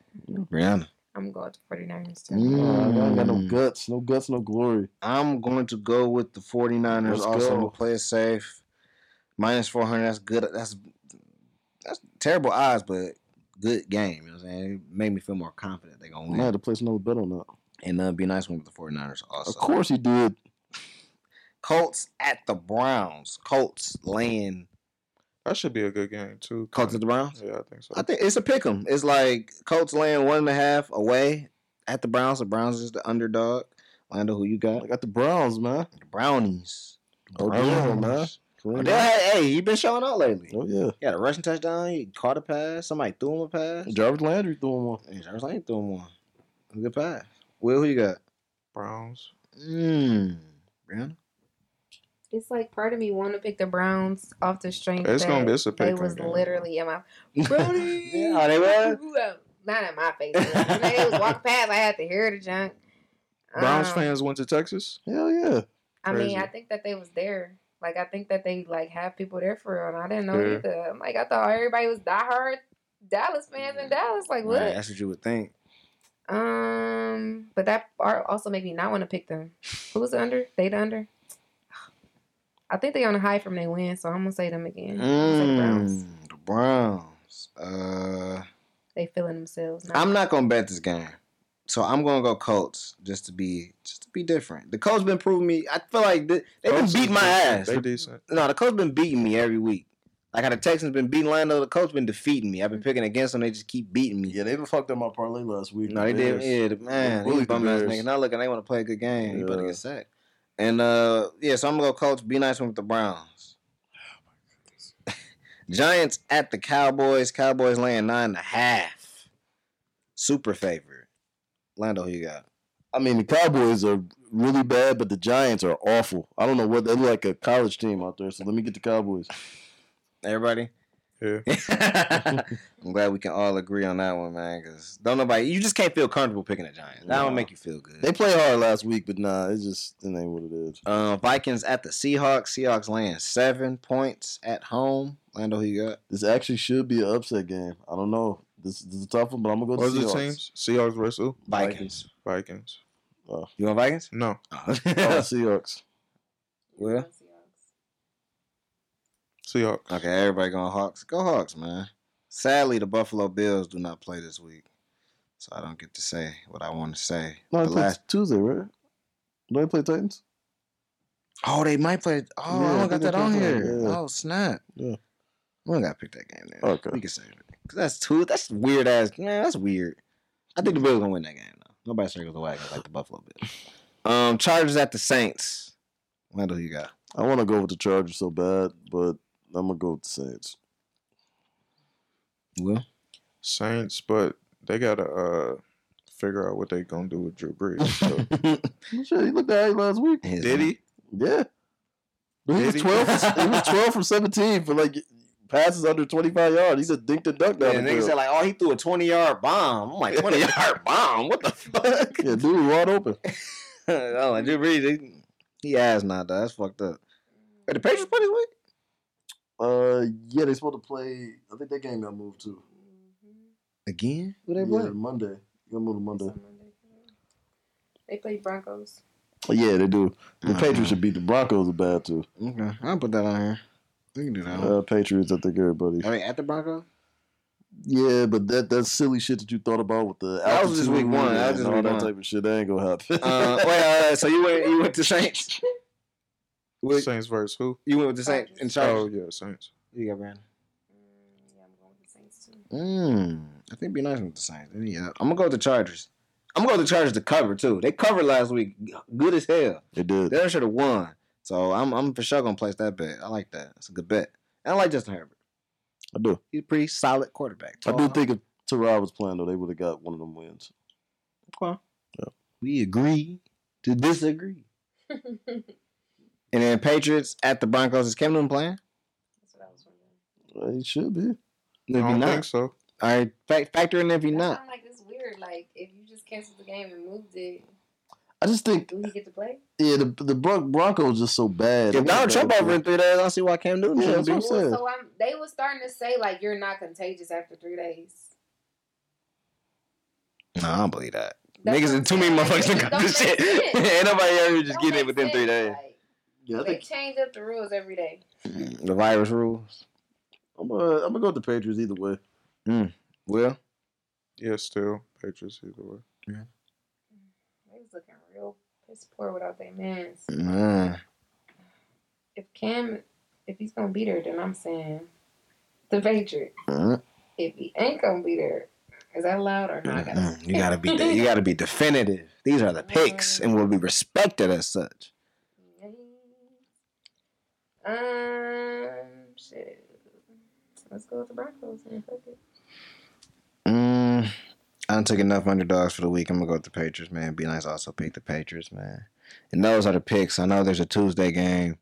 Brianna.
I'm going to 49ers too.
Mm.
Uh, I ain't got no
Mm.
guts. No guts, no glory.
I'm going to go with the 49ers
Let's
also
go.
to play it safe. Minus 400, that's good. That's that's terrible odds, but good game. You know what I'm saying? It made me feel more confident they're going
I
to
might have
win.
to place another bet on that.
And uh, it'd be a nice one with the 49ers also.
Of course he did.
Colts at the Browns. Colts laying.
That should be a good game too.
Colts at the Browns?
Yeah, I think so.
I think it's a pick 'em. It's like Colts laying one and a half away at the Browns. The Browns is the underdog. Lando, who you got?
I got the Browns, man.
The Brownies.
Oh, damn, man.
Brownies.
Kareem
Odell
Hunt.
had- hey, he been showing out lately.
Oh, yeah.
He had a rushing touchdown. He caught a pass. Somebody threw him a pass.
Jarvis Landry threw him one.
And Jarvis Lane threw him one. It was a Good pass. Will, who you got?
Browns.
Mmm. Brianna?
It's like part of me want to pick the Browns off the strength.
It's gonna
that
be it's a
They
pick.
was literally in my
[LAUGHS]
Brownies.
yeah, oh, they
[LAUGHS]
were?
Not in my face. When they was walking past, I had to hear the junk.
Browns
Um,
fans went to Texas.
Hell yeah.
I mean,
Crazy.
I think that they was there. Like, I think that they like have people there for real, and I didn't know
Yeah.
either. I'm like, I thought everybody was diehard Dallas fans in Dallas. Like, what?
Right, that's what you would think.
Um, but that part also make me not want to pick them. Who was the under? They the under. I think they on a high from they win, so I'm gonna say them again. I'm gonna say Browns.
Mmm. The Browns. Uh,
They feeling themselves. Now.
I'm not gonna bet this game, so I'm gonna go Colts just to be just to be different. The Colts been proving me. I feel like th- they've been
Colts is
beating my
decent.
ass.
They decent.
No, the coach been beating me every week. Like how the Texans been beating Lando, the coach been defeating me. I've been picking against them. Mm. They just keep beating me.
Yeah, they even fucked up my parlay last week.
No, they did.
Yes.
Yeah, the- man, these
They bullied the
bum ass
Bears.
niggas. Now looking, they want to play a good game. You about to
Yeah.
get sacked. And uh, yeah, so I'm gonna go coach. Be nice one with the
[SIGHS]
Browns. Giants at the Cowboys. Cowboys laying nine and a half. Super favorite. Lando, who you got?
I mean, the Cowboys are really bad, but the Giants are awful. I don't know what they look like a college team out there. So let me get the Cowboys. [LAUGHS]
Everybody. [LAUGHS]
Yeah.
I'm glad we can all agree on that one, man. Because don't nobody, you just can't feel comfortable picking the Giants. That don't
Nah.
make you feel good.
They played hard last week, but nah, it's just it ain't what it is.
Uh, Vikings at the Seahawks. Seahawks laying seven points at home. Lando, who you got?
This actually should be an upset game. I don't know. This, this is a tough one, but I'm gonna go
What
to
was
Seahawks.
the teams? Seahawks versus who?
Vikings.
Vikings.
You want Vikings?
No,
Oh,
Oh.
Seahawks.
well,
Seahawks.
[LAUGHS] okay, everybody going Hawks. Go Hawks, man. Sadly, the Buffalo Bills do not play this week, so I don't get to say what I want to say.
No,
the
they played
last
Tuesday, right? Don't they play Titans?
Oh, they might play. Oh, I
Yeah, I
don't
think
got
they
that
play
on
that,
here.
yeah.
Oh snap!
Yeah. Oh,
we don't gotta pick that game. Then.
Okay.
we can save it. Cause that's too. That's weird ass. Man, that's weird. I think the Bills gonna win that game though. Nobody circles the wagon like the Buffalo Bills. Um, Chargers at the Saints. Wendell, you got?
I want to go with the Chargers so bad, but I'm gonna go with the Saints.
Will?
Saints, but they gotta uh figure out what they gonna do with Drew Brees.
[LAUGHS]
So.
Shit, he looked at it last
[LAUGHS]
week.
His-
Did he?
Yeah, he was
Did
[LAUGHS]
he?
twelve. he was twelve from seventeen for like passes under twenty five yards. He's a dink to dunk
Yeah,
down the
nigga said
field.
like, oh, he threw a twenty yard bomb. [LAUGHS] I'm like, twenty yard bomb? What the fuck?
Yeah, dude, was wide open.
[LAUGHS] oh, like, Drew Brees, he, he has not. Though. That's fucked up. Are the Patriots playing this week?
[LAUGHS] Uh, yeah, they supposed to play. I think that game got moved too.
Mm-hmm.
Again? Who they
Yeah,
play?
Monday. Got moved to Monday.
They play Broncos.
Oh, yeah, they do. The
Uh-uh.
Patriots should beat the Broncos bad too.
Okay, I'll put that on here. We can do that. one.
Uh, Patriots, I think everybody.
Are they at the Broncos?
Yeah, but that that silly shit that you thought about with the
That was just
altitude
week one. That was
and
just
all
week
that
one.
type of shit. That ain't gonna happen.
Uh,
[LAUGHS]
wait, uh, so you went you went to [LAUGHS] Saints? With,
Saints versus who?
you went with the Saints in
Oh
charge?
yeah, Saints.
You got Brandon.
Mm, Yeah, I'm going with the Saints [LAUGHS] too.
Mm, I think it'd be nice with the Saints. Yeah, I'm gonna go with the Chargers. I'm gonna go with the Chargers to cover too. They covered last week, good as hell.
it did.
They should have won. So I'm I'm for sure gonna place that bet. I like that. It's a good bet. And I like Justin Herbert.
I do.
He's a pretty solid quarterback.
I do think if Terrell was playing though, they would have got one of them wins.
we agree to disagree. And then Patriots at the Broncos. Is Cam Newton playing?
That's what I was wondering.
Well, It should be.
No,
I
if you're
don't think
not.
so.
All right, fac- factor in if you're
That
not.
sound like it's weird. Like if you just canceled the game and moved it,
I just think
do he get to play?
yeah, the the Bron- Broncos just so bad.
If Donald Trump over in three days, I don't see why Cam Newton
Yeah,
shouldn't
that's
be.
what I'm saying.
So I'm, they was starting to say like you're not contagious after three days.
No, I don't believe that.
That's
Niggas
what I'm
and too many
saying.
motherfuckers
Like, it
done got
don't
this
make
shit.
sense.
[LAUGHS] Ain't nobody ever just
Don't
getting it
make
within three
sense.
days.
yeah, I
Like, they
think
change up the rules every day.
The virus rules.
I'm gonna I'm gonna go with the Patriots either way.
Well,
Yeah, still Patriots either way.
They was looking real piss poor without their mans.
nah.
If Cam, if he's gonna beat her, then I'm saying the Patriots.
Mm,
If he ain't gonna beat her, is that loud or not?
mm. you gotta be de- you gotta be definitive. These are the picks and will be respected as such.
Um, shit. Let's go with the Broncos. Man. Fuck it.
Mm, I done took enough underdogs for the week. I'm gonna go with the Patriots, man. Be nice. Also pick the Patriots, man. And those are the picks. I know there's a Tuesday game,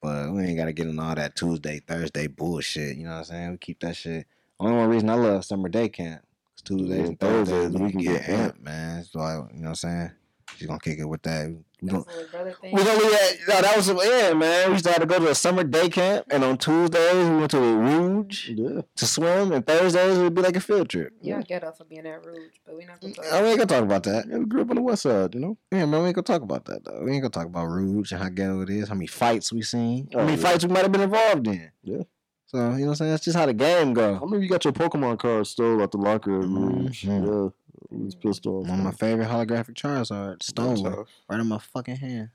but we ain't gotta get in all that Tuesday, Thursday bullshit. You know what I'm saying? We keep that shit. Only one reason I love summer day camp. It's Tuesdays
Yeah,
and Thursdays.
Thursdays,
We can get amped, man. So I, you know what I'm saying? She's gonna kick it with that. We gonna
That's what brother thing.
we gonna leave that. No, that was yeah, man. We used to have to go to a summer day camp, and on Tuesdays we went to a Rouge
Yeah,
to swim, and Thursdays it would be like a field trip.
You don't get off of being that rude, but we're not gonna talk
Mm, I
about
mean,
it.
we ain't gonna talk about that.
yeah, we grew up on the West Side, you know.
Yeah, man, we ain't gonna talk about that though. We ain't gonna talk about Rouge and how ghetto it is, how many fights we seen, how
Oh,
many
yeah.
fights we might have been involved in.
Yeah.
So you know what I'm saying? That's just how the game
I
go.
remember you got your Pokemon card stole at the locker room.
Mhm.
Yeah, I was pissed off.
One of my favorite holographic Charizard,
That's
stone right
tough.
in my fucking hand.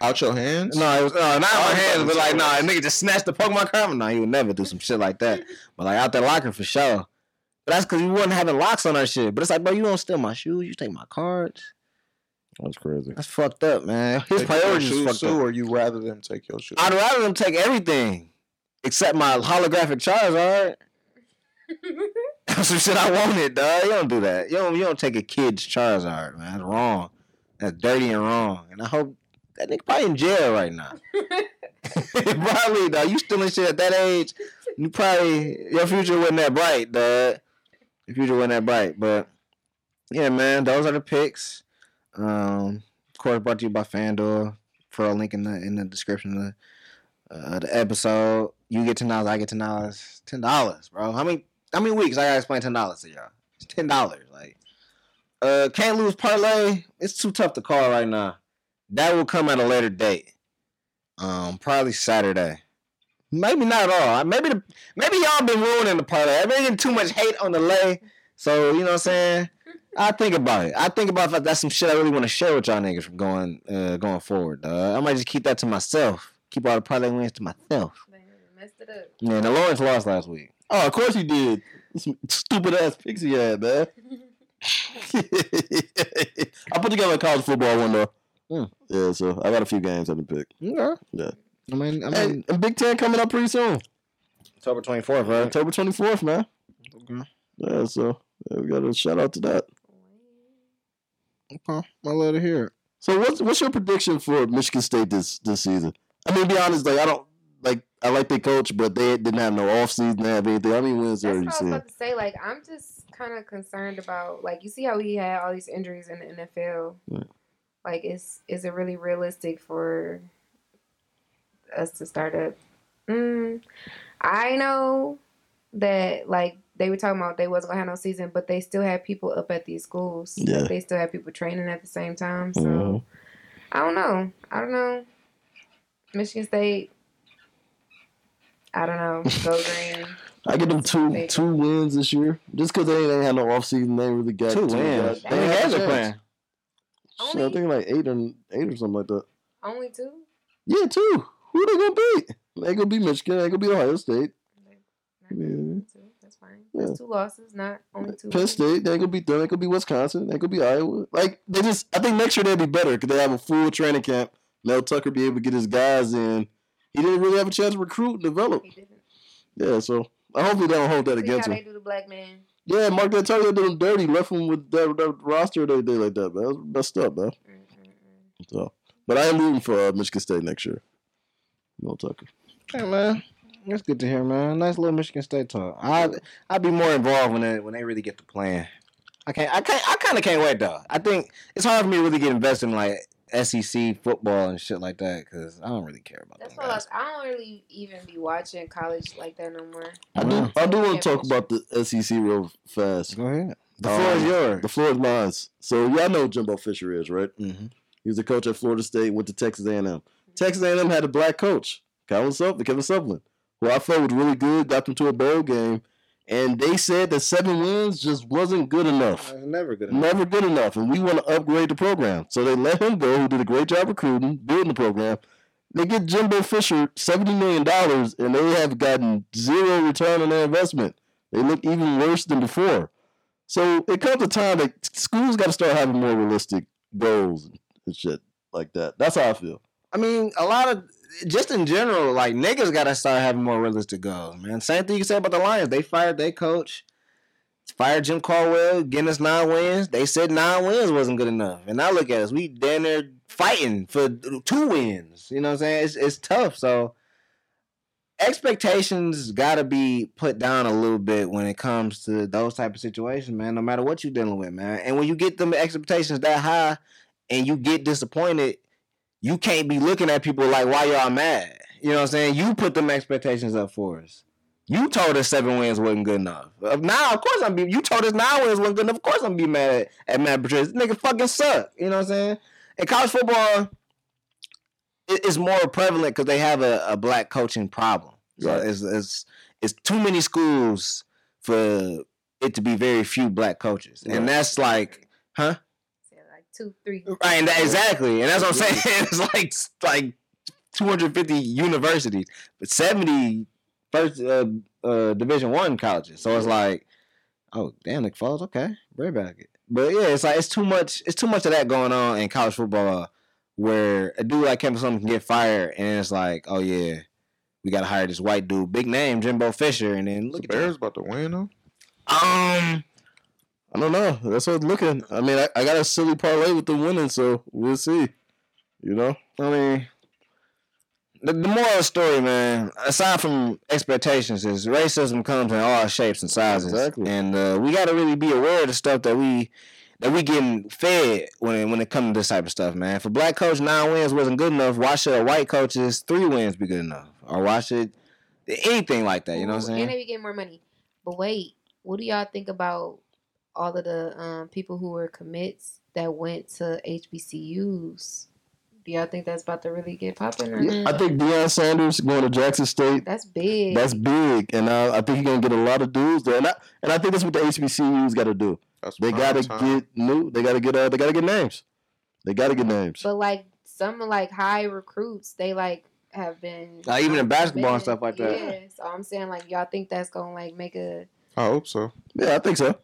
Out your hands?
No, it was, no, not in my
Oh,
hands, but like,
Charizard.
no, nah, a nigga just snatched the Pokemon card. No, he would never do some shit like that. But like out that locker for sure. But that's because we wasn't having locks on our shit. But it's like, bro, you don't steal my shoes, you take my cards.
That's crazy.
That's fucked up, man. His
Take your
priorities is
shoes
fucked
too,
up.
or you rather them take your shoes?
I'd rather them take everything except my holographic Charizard. That's some shit I wanted, dog. You don't do that. You don't. You don't take a kid's Charizard, man. That's wrong. That's dirty and wrong. And I hope that nigga probably in jail right now. [LAUGHS] probably, dog. You stealing shit at that age. You probably your future wasn't that bright, dog. Your future wasn't that bright, but yeah, man. Those are the picks. Um, of course, brought to you by FanDuel. For a link in the in the description of the uh, the episode. You get ten dollars, I get ten dollars. Ten dollars, bro. How many how many weeks I gotta explain ten dollars to y'all? It's ten dollars. Like uh can't lose parlay. It's too tough to call right now. That will come at a later date. Um, probably Saturday. Maybe not all. Maybe the maybe y'all been ruining the parlay. I've been getting too much hate on the lay. So you know what I'm saying? I think about it. I think about if that's some shit I really want to share with y'all niggas from going uh, going forward. Uh, I might just keep that to myself. Keep all the product wins to myself.
Man, messed
[LAUGHS]
it up.
Man, the Lawrence lost last week.
Oh, of course he did. Some stupid ass pixie head, man. [LAUGHS] I put together a college football one though.
Hmm.
Yeah, so I got a few games I can pick.
Yeah.
Yeah.
I mean, I
Hey,
mean,
and Big Ten coming up pretty soon.
October twenty fourth, right?
October twenty fourth, man.
Okay.
Yeah, so yeah, we got a shout out to that.
Okay. I love to hear it.
So what's what's your prediction for Michigan State this this season? I mean, to be honest, like I don't like I like their coach, but they didn't have no offseason, they didn't have anything. How many wins
That's
are
what I
you
was
seeing?
about to say. Like, I'm just kind of concerned about like you see how we had all these injuries in the NFL.
Right.
Like, is is it really realistic for us to start up? Mm, I know that like they were talking about they wasn't gonna have no season, but they still had people up at these schools. Like,
Yeah.
they still had people training at the same time. So
Mhm.
I don't know. I don't know. Michigan State. I don't know.
[LAUGHS]
Go green.
I get them two
They-
two wins this year just because they ain't had no offseason. They ain't really got
Two wins.
They
How many
had a
games are playing?
playing.
Only-
I think like eight or eight or something like that.
Only two.
Yeah, two. Who they gonna beat? They gonna be Michigan. They gonna be Ohio State.
Not
Yeah.
bad. Two, That's fine.
Yeah.
That's two losses, not only two.
Penn
wins.
State, they could be them. They could be Wisconsin. They could be Iowa. Like they just, I think next year they'll be better because they have a full training camp. Mel Tucker be able to get his guys in. He didn't really have a chance to recruit and develop.
He didn't.
Yeah, so I hopefully they don't hold that
See how
against
they
him.
do the black man.
Yeah, Mark that Tucker did him dirty, left him with that, that roster they did like that, man. That's messed up, man.
Mm, mm, mm.
So, but I am rooting for uh, Michigan State next year. Mel Tucker.
Hey man, that's good to hear, man. Nice little Michigan State talk. I I'll be more involved when they when they really get to playing. I can't. I can't. I kind of can't wait though. I think it's hard for me to really get invested in like SEC football and shit like that because I don't really care about
That's
that.
what I, was, I don't really even be watching college like that no more.
I do. I do want to talk about the SEC real fast.
Go ahead. The
Um,
floor is yours.
The floor is mine. So y'all know who Jimbo Fisher is, right?
mm-hmm.
He was a coach at Florida State, went to Texas A&M. Texas A&M had a black coach, Kevin Sutherland, Kevin Sutherland, who I felt was really good, got them to a bowl game, and they said that seven wins just wasn't good enough.
never good
Never good enough, and we want to upgrade the program. So they let him go, who did a great job recruiting, building the program. They get Jimbo Fisher $70 million, and they have gotten zero return on their investment. They look even worse than before. So it comes a time that schools got to start having more realistic goals and shit like that. That's how I feel.
I mean, a lot of just in general, like niggas gotta start having more realistic goals, man. Same thing you can say about the Lions. They fired their coach, fired Jim Caldwell, getting us nine wins. They said nine wins wasn't good enough, and now look at us. We down there fighting for two wins. You know what I'm saying? It's it's tough. So expectations gotta be put down a little bit when it comes to those type of situations, man. No matter what you're dealing with, man. And when you get them expectations that high, and you get disappointed you can't be looking at people like why y'all mad. You know what I'm saying? You put them expectations up for us. You told us seven wins wasn't good enough. Uh, Now, of course I'm be. You told us nine wins wasn't good enough. Of course I'm be mad at, at Matt Patricia. This nigga fucking suck. You know what I'm saying? In college football, it, it's more prevalent because they have a, a black coaching problem. So
Right.
it's, it's it's too many schools for it to be very few black coaches,
Right.
and that's like
Say, like two, three.
Right, and that, exactly, and that's what I'm saying. [LAUGHS] It's like it's like 250 universities, but 70 first uh, uh, Division One colleges. So it's like, oh damn, Nick Falls, okay, right back it. But yeah, it's like it's too much. It's too much of that going on in college football, uh, where a dude like Kevin Sumlin can get fired, and it's like, oh yeah, we gotta hire this white dude, big name Jimbo Fisher, and then look
the
at
Bears about to win though.
that. Um,
I don't know. That's what I'm looking. I mean, I, I got a silly parlay with them winning, so we'll see. You know?
I mean, the, the moral of the story, man, aside from expectations, is racism comes in all shapes and sizes,
Exactly.
and uh, we got to really be aware of the stuff that we that we getting fed when when it comes to this type of stuff, man. If a black coach nine wins wasn't good enough, why should a white coach's three wins be good enough, or why should anything like that? You know what I'm
Ooh, And
saying?
they be getting more money. But wait, what do y'all think about all of the um, people who were commits that went to HBCUs? Do y'all think that's about to really get popping? Or not?
I think Deion Sanders going to Jackson State,
That's big.
that's big. And uh, I think he's going to get a lot of dudes there. And I, and I think that's what the HBCUs got to do.
That's
They
prime
gotta
time.
get new. They gotta get. Uh, they gotta get names. They gotta get names.
But like some like high recruits, they like have been
Like, even in basketball and
been-
stuff like that.
Yeah. So I'm saying like y'all think that's gonna like make a
I hope so.
Yeah, I think so.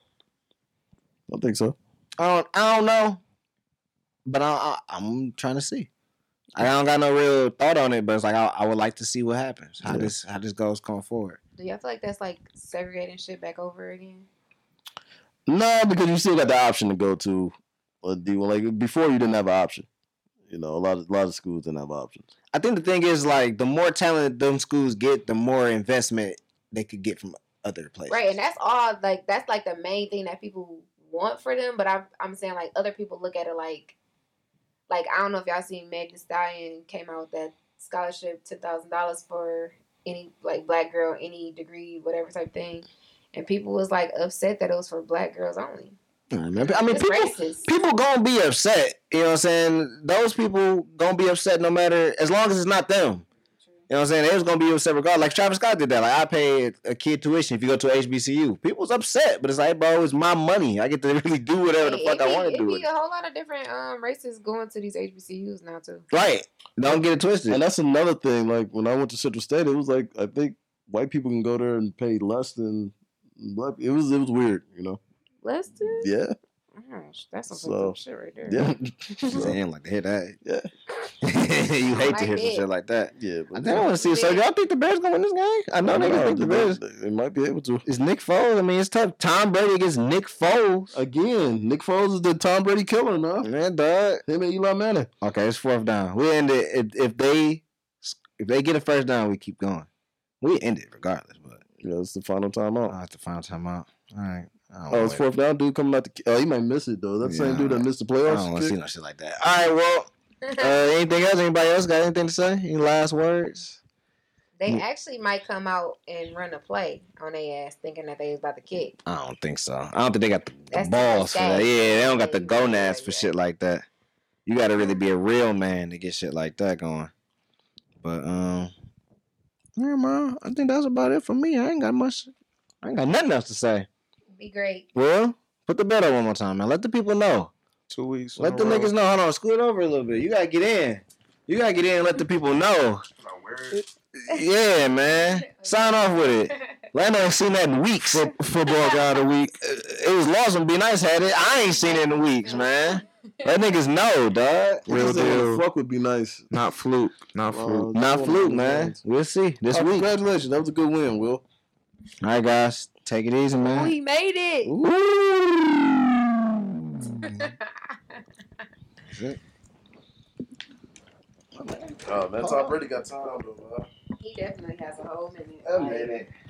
I think so.
I don't, I don't know, but I, I, I'm trying to see. I don't got no real thought on it, but it's like I, I would like to see what happens, how
Yeah.
this how this goes going forward.
do y'all feel like that's like segregating shit back over again?
No, because you still got the option to go to a D one. Like before, you didn't have an option. You know, a lot of a lot of schools didn't have options.
I think the thing is like the more talent them schools get, the more investment they could get from other places.
Right, and that's all like that's like the main thing that people want for them. But I'm I'm saying like other people look at it like like I don't know if y'all seen Meg Thee Stallion came out with that scholarship two thousand dollars for any like black girl any degree whatever type thing, and people was like upset that it was for black girls only.
I, mean, I mean,
It's
people
racist.
people gonna be upset. You know what I'm saying? Those people gonna be upset no matter as long as it's not them. You know what I'm saying? They was gonna be upset regardless. Like Travis Scott did that. Like I paid a kid tuition if you go to HBCU. People's upset, but it's like, bro, it's my money. I get to [LAUGHS] really do whatever the
Hey,
fuck
it
I
be-
want to
it
do.
be
With.
a
it.
whole lot of different um races going to these HBCUs now too.
Right? Don't get it twisted.
And that's another thing. Like when I went to Central State, it was like I think white people can go there and pay less than black. It was it was weird. You know.
Let's do. Oh
Yeah.
Gosh, that's some
So,
fucked up shit right there.
[LAUGHS]
[LAUGHS]
Yeah.
Damn, like to hear that.
Yeah.
[LAUGHS] you hate to
Like
hear some
it.
shit like that.
yeah. But
I don't want to see it. So y'all think the Bears gonna win this game? I know they think Oh, the Bears.
They, they might be able to.
It's Nick Foles. I mean, it's tough. Tom Brady against Nick Foles.
Again, Nick Foles is the Tom Brady killer, now.
Man, dog.
Him and Eli Manning.
Okay, it's fourth down. We end it if, if they if they get a first down, we keep going. We end it regardless, but
Yeah, it's the final timeout.
I'll have to find time out. All right. I don't
Oh, it's
wanna-
fourth down. Dude coming out the. Oh, he might miss it though. That
Yeah,
same dude that missed the
I
playoffs.
don't want to
kick.
see no shit like that. All right, well, uh, anything else? Anybody else got anything to say? Any last words?
They actually might come out and run a play on their ass thinking that they was about to kick.
I don't think so. I don't think they got the, the
That's too much
balls for that.
gas.
Yeah, they don't got the
They really
gonads
like
for
that.
shit like that. You got to really be a real man to get shit like that going. But um, yeah, man, I think that's about it for me. I ain't got much. I ain't got nothing else to say.
Be great.
Well, put the bet on one more time, man. Let the people know.
Two weeks. in
Let the
a row.
niggas know. Hold on, scoot over a little bit. You gotta get in. You gotta get in and let the people know. Yeah, man. Sign off
[LAUGHS]
with it. Lando ain't seen that in weeks. Uh,
Football guy of the week.
It was Lawson B. Nice had it. I ain't seen it in weeks, man. Let niggas know, dog.
Real
Just saying,
deal.
Fuck would be nice.
Not fluke. Not
Wow.
fluke.
Not fluke, man. We'll see this
Oh,
week. All
Congratulations, that was a good win, Will.
right, guys. Take it easy, man.
We made it.
Mm.
Oh, man, Tom Brady got time though.
[LAUGHS] He definitely has a whole minute.
A minute.